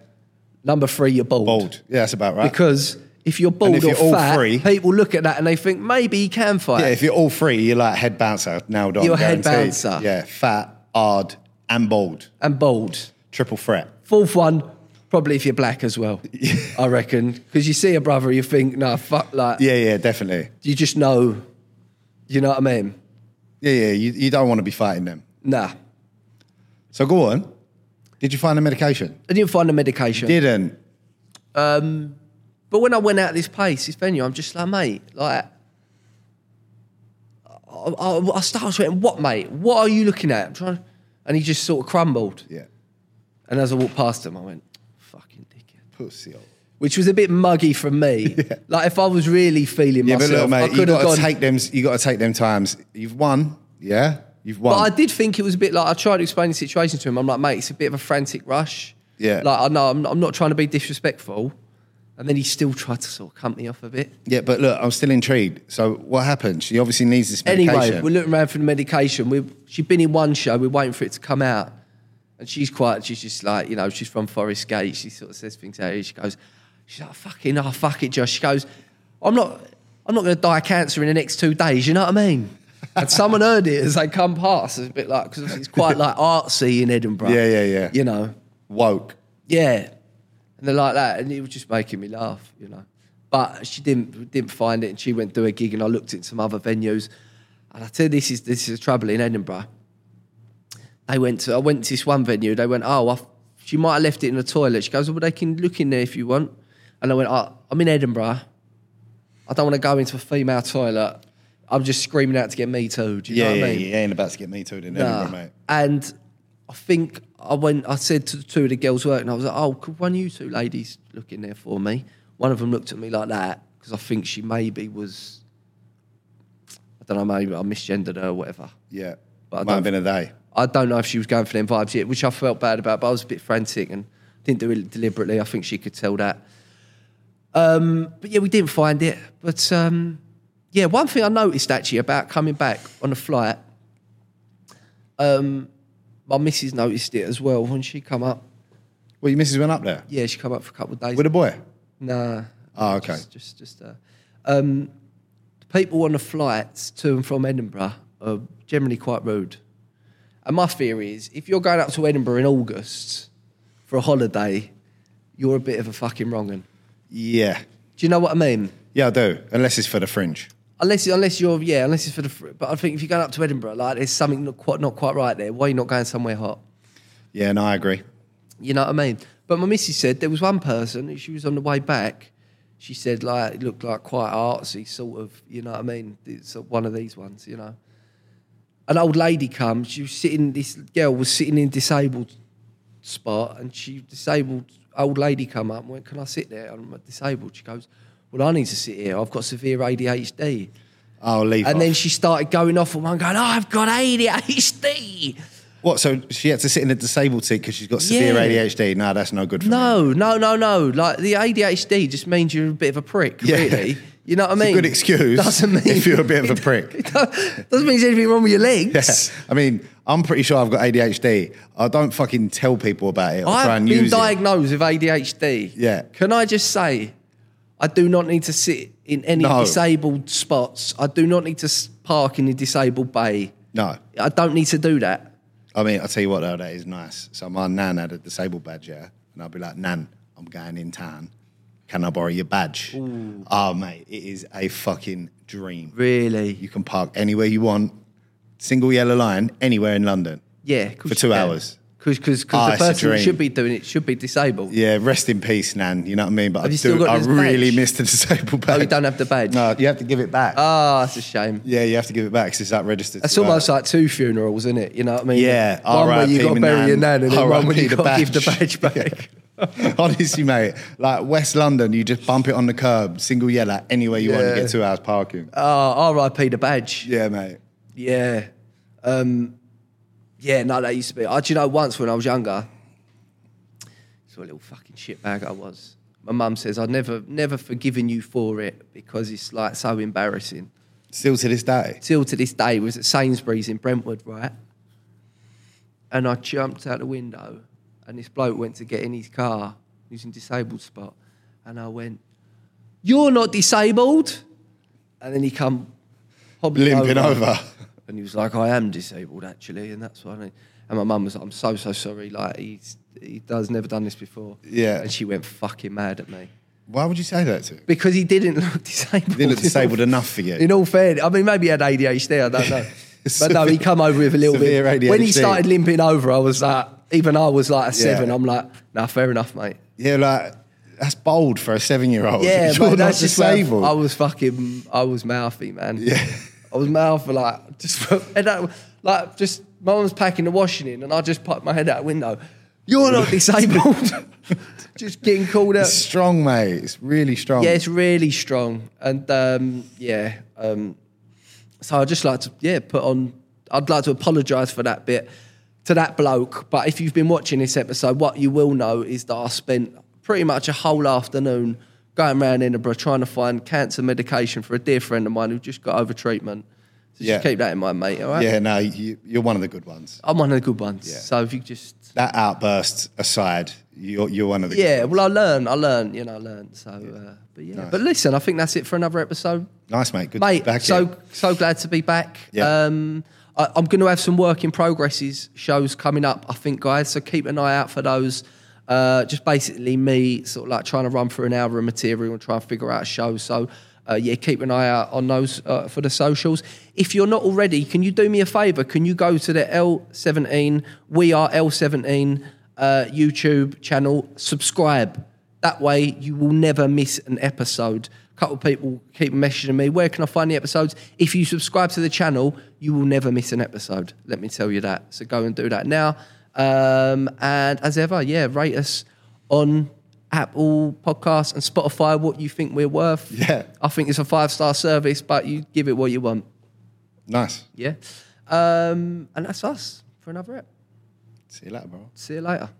Speaker 6: Number three, you're bald.
Speaker 7: Bald. Yeah, that's about right.
Speaker 6: Because if you're bald
Speaker 7: And if
Speaker 6: or
Speaker 7: you're all
Speaker 6: fat,
Speaker 7: three-
Speaker 6: people look at that and they think maybe he can fight.
Speaker 7: yeah, if you're all three, you're like head bouncer, nailed on.
Speaker 6: You're a head
Speaker 7: guaranteed.
Speaker 6: bouncer.
Speaker 7: Yeah, fat, hard, and bald.
Speaker 6: and bald.
Speaker 7: Triple threat.
Speaker 6: Fourth one, probably if you're black as well. I reckon because you see a brother, you think, nah, fuck, like
Speaker 7: Yeah, yeah, definitely.
Speaker 6: you just know. You know what I mean?
Speaker 7: Yeah, yeah, you, you don't want to be fighting them.
Speaker 6: Nah,
Speaker 7: So go on. Did you find the medication?
Speaker 6: I didn't find the medication.
Speaker 7: Didn't.
Speaker 6: But when I went out of this place, this venue, I'm just like, mate, like, I, I, I started sweating, what, mate? What are you looking at? I'm trying, and he just sort of crumbled.
Speaker 7: Yeah.
Speaker 6: And as I walked past him, I went, fucking dickhead.
Speaker 7: Pussy. old.
Speaker 6: Which was a bit muggy from me. Like, if I was really feeling
Speaker 7: Yeah, but
Speaker 6: myself,
Speaker 7: look, mate,
Speaker 6: I
Speaker 7: you
Speaker 6: could have
Speaker 7: got
Speaker 6: gone.
Speaker 7: to take them. You got to take them times. You've won. Yeah, you've won.
Speaker 6: but I did think it was a bit like, I tried to explain the situation to him. I'm like, mate, it's a bit of a frantic rush.
Speaker 7: Yeah.
Speaker 6: Like, I know, I'm, I'm not trying to be disrespectful. And then he still tried to sort of cut me off a bit.
Speaker 7: yeah, but look, I'm still intrigued. So what happened? She obviously needs this medication.
Speaker 6: Anyway, we're looking around for the medication. We've, she'd been in one show. We're waiting for it to come out. And she's quite, she's just like, you know, she's from Forest Gate. She sort of says things out. She goes, she's like, fucking, oh, fuck it, Josh. She goes, I'm not, I'm not going to die of cancer in the next two days. You know what I mean? And someone heard it as they come past. It's a bit like, because it's quite like artsy in Edinburgh.
Speaker 7: Yeah, yeah, yeah.
Speaker 6: You know?
Speaker 7: Woke.
Speaker 6: Yeah. And they're like that. And it was just making me laugh, you know. But she didn't didn't find it and she went through a gig and I looked at some other venues. And I tell you this is this is the trouble in Edinburgh. They went to I went to this one venue, they went, Oh, I, she might have left it in the toilet. She goes, Well they can look in there if you want. And I went, oh, I'm in Edinburgh. I don't want to go into a female toilet. I'm just screaming out to get me too. Do you know
Speaker 7: Yeah,
Speaker 6: what
Speaker 7: yeah,
Speaker 6: I mean?
Speaker 7: yeah. Ain't about to get me too in
Speaker 6: Nah.
Speaker 7: Edinburgh, mate.
Speaker 6: And I think I went, I said to the two of the girls working, I was like, oh, could one of you two ladies look in there for me? One of them looked at me like that because I think she maybe was, I don't know, maybe I misgendered her or whatever.
Speaker 7: Yeah,
Speaker 6: But I
Speaker 7: might have
Speaker 6: don't-
Speaker 7: been a day.
Speaker 6: I don't know if she was going for them vibes yet, which I felt bad about, but I was a bit frantic and didn't do it deliberately. I think she could tell that. Um, but yeah, we didn't find it. But um, yeah, one thing I noticed actually about coming back on the flight, um, my missus noticed it as well when she come up.
Speaker 7: Well, your missus went up there
Speaker 6: Yeah, she come up for a couple of days.
Speaker 7: with a boy.
Speaker 6: nah.
Speaker 7: Oh, okay.
Speaker 6: Just, just, just uh, um, the people on the flights to and from Edinburgh are generally quite rude. And my theory is, if you're going up to Edinburgh in August for a holiday, you're a bit of a fucking wrong'un.
Speaker 7: Yeah,
Speaker 6: Do you know what I mean?
Speaker 7: yeah, I do. Unless it's for the fringe.
Speaker 6: Unless, unless you're, yeah, unless it's for the. fr- But I think if you're going up to Edinburgh, like there's something not quite, not quite right there. Why are you not going somewhere hot?
Speaker 7: Yeah, no, I agree.
Speaker 6: You know what I mean? But my missus said there was one person, she was on the way back, she said, like, it looked like quite artsy, sort of, you know what I mean? It's one of these ones, you know. An old lady comes, she was sitting, this girl was sitting in disabled spot, and she, disabled old lady come up and went, Can I sit there? I'm disabled. She goes, Well, I need to sit here. I've got severe ADHD.
Speaker 7: I'll leave.
Speaker 6: And
Speaker 7: off.
Speaker 6: then she started going off on one, going, oh, I've got ADHD.
Speaker 7: what? So she had to sit in a disabled seat because she's got severe
Speaker 6: Yeah.
Speaker 7: ADHD. No, that's no good for me.
Speaker 6: No, no, no, no. Like the ADHD just means you're a bit of a prick,
Speaker 7: Yeah.
Speaker 6: really. You know what I mean?
Speaker 7: a good excuse.
Speaker 6: Doesn't mean
Speaker 7: if you're a bit of a prick.
Speaker 6: doesn't mean there's anything wrong with your legs.
Speaker 7: I mean, I'm pretty sure I've got ADHD. I don't fucking tell people about it. or try
Speaker 6: I've
Speaker 7: and
Speaker 6: been
Speaker 7: use it.
Speaker 6: diagnosed with ADHD.
Speaker 7: Yeah.
Speaker 6: Can I just say, I do not need to sit in any
Speaker 7: No.
Speaker 6: disabled spots. I do not need to s- park in a disabled bay.
Speaker 7: No.
Speaker 6: I don't need to do that.
Speaker 7: I mean, I'll tell you what, though, that is nice. So my nan had a disabled badge, yeah? And I'd be like, Nan, I'm going in town. Can I borrow your badge? Oh, mate, it is a fucking dream.
Speaker 6: Really?
Speaker 7: You can park anywhere you want, single yellow line, anywhere in London.
Speaker 6: Yeah.
Speaker 7: For two hours.
Speaker 6: Because
Speaker 7: Ah,
Speaker 6: the
Speaker 7: it's a
Speaker 6: person who
Speaker 7: dream.
Speaker 6: should be doing it should be disabled.
Speaker 7: Yeah, rest in peace, Nan. You know what I mean? But I,
Speaker 6: Have you
Speaker 7: do,
Speaker 6: still got
Speaker 7: I
Speaker 6: this
Speaker 7: really
Speaker 6: badge?
Speaker 7: miss the disabled badge.
Speaker 6: Oh, you don't have the badge.
Speaker 7: No, you have to give it back.
Speaker 6: Ah, that's a shame.
Speaker 7: yeah, you have to give it back because it's that registered.
Speaker 6: That's
Speaker 7: to her.
Speaker 6: almost like two funerals, isn't it? You know what I mean?
Speaker 7: Yeah,
Speaker 6: One where
Speaker 7: R.I.P.
Speaker 6: you got to
Speaker 7: my
Speaker 6: bury
Speaker 7: nan,
Speaker 6: your nan, and then one where
Speaker 7: R.I.P.
Speaker 6: you
Speaker 7: the
Speaker 6: got to give the badge
Speaker 7: badge.
Speaker 6: back.
Speaker 7: Honestly, mate, like West London, you just bump it on the curb, single yellow, anywhere you want, you
Speaker 6: Yeah.
Speaker 7: get two hours parking.
Speaker 6: Ah, R.I.P. the badge.
Speaker 7: yeah, mate.
Speaker 6: Yeah. Um, yeah, no, that used to be. I, do you know, once when I was younger, so a little fucking shitbag I was. My mum says, I've never, never forgiven you for it because it's like so embarrassing.
Speaker 7: Still to this day.
Speaker 6: Still to this day, was at Sainsbury's in Brentwood, right? And I jumped out the window and this bloke went to get in his car. He was in disabled spot. And I went, you're not disabled. And then he come hobbling
Speaker 7: Limping over.
Speaker 6: and he was like, I am disabled actually, and that's why. I And my mum was like, I'm so so sorry. Like he's he does never done this before.
Speaker 7: Yeah.
Speaker 6: And she went fucking mad at me
Speaker 7: Why would you say that to?
Speaker 6: because he didn't look disabled.
Speaker 7: Didn't look disabled enough for you.
Speaker 6: In all fairness, I mean, maybe he had ADHD. I don't know. but no, he
Speaker 7: Severe-
Speaker 6: come over with a little bit.
Speaker 7: severe
Speaker 6: When he
Speaker 7: ADHD.
Speaker 6: started limping over, I was like, even I was like a
Speaker 7: Yeah.
Speaker 6: seven. I'm like, nah, fair enough, mate.
Speaker 7: Yeah, like that's bold for a seven-year-old.
Speaker 6: Yeah,
Speaker 7: You're
Speaker 6: but
Speaker 7: not
Speaker 6: that's just where
Speaker 7: disabled.
Speaker 6: I was fucking. I was mouthy, man.
Speaker 7: Yeah.
Speaker 6: I was mouthy, like just and that, like just. My mum's packing the washing in, and I just popped my head out the window. You're not disabled. just getting called
Speaker 7: it's
Speaker 6: out.
Speaker 7: strong, mate. It's really strong.
Speaker 6: Yeah, it's really strong, and um, yeah. Um, so I just like to yeah put on. I'd like to apologise for that bit to that bloke. But if you've been watching this episode, what you will know is that I spent pretty much a whole afternoon going around Edinburgh trying to find cancer medication for a dear friend of mine who just got over treatment. So
Speaker 7: Yeah.
Speaker 6: just keep that in mind, mate. All right.
Speaker 7: yeah, no, you, you're one of the good ones.
Speaker 6: I'm one of the good ones.
Speaker 7: Yeah.
Speaker 6: So if you just
Speaker 7: That outburst aside, you're you're one of the
Speaker 6: yeah,
Speaker 7: good
Speaker 6: well I learn, I learn, you know, I learn. So uh, but yeah,
Speaker 7: Nice.
Speaker 6: but listen, I think that's it for another episode.
Speaker 7: Nice, mate. Good to be
Speaker 6: mate.
Speaker 7: back
Speaker 6: so
Speaker 7: here.
Speaker 6: so glad to be back.
Speaker 7: Yeah.
Speaker 6: Um, I, I'm going to have some work in progresses shows coming up. I think, guys. So keep an eye out for those. Uh, just basically me sort of like trying to run through an hour of material and try and figure out a show. So. Uh, yeah, keep an eye out on those uh, for the socials. If you're not already, can you do me a favour? Can you go to the L17, we are L17 uh, YouTube channel, subscribe. That way, you will never miss an episode. A couple of people keep messaging me, where can I find the episodes? If you subscribe to the channel, you will never miss an episode. Let me tell you that. So go and do that now. Um, and as ever, yeah, rate us on Apple Podcasts and Spotify what you think we're worth.
Speaker 7: Yeah.
Speaker 6: I think it's a five star service, but you give it what you want.
Speaker 7: nice.
Speaker 6: Yeah. Um, and that's us for another rep.
Speaker 7: See you later, bro.
Speaker 6: See you later.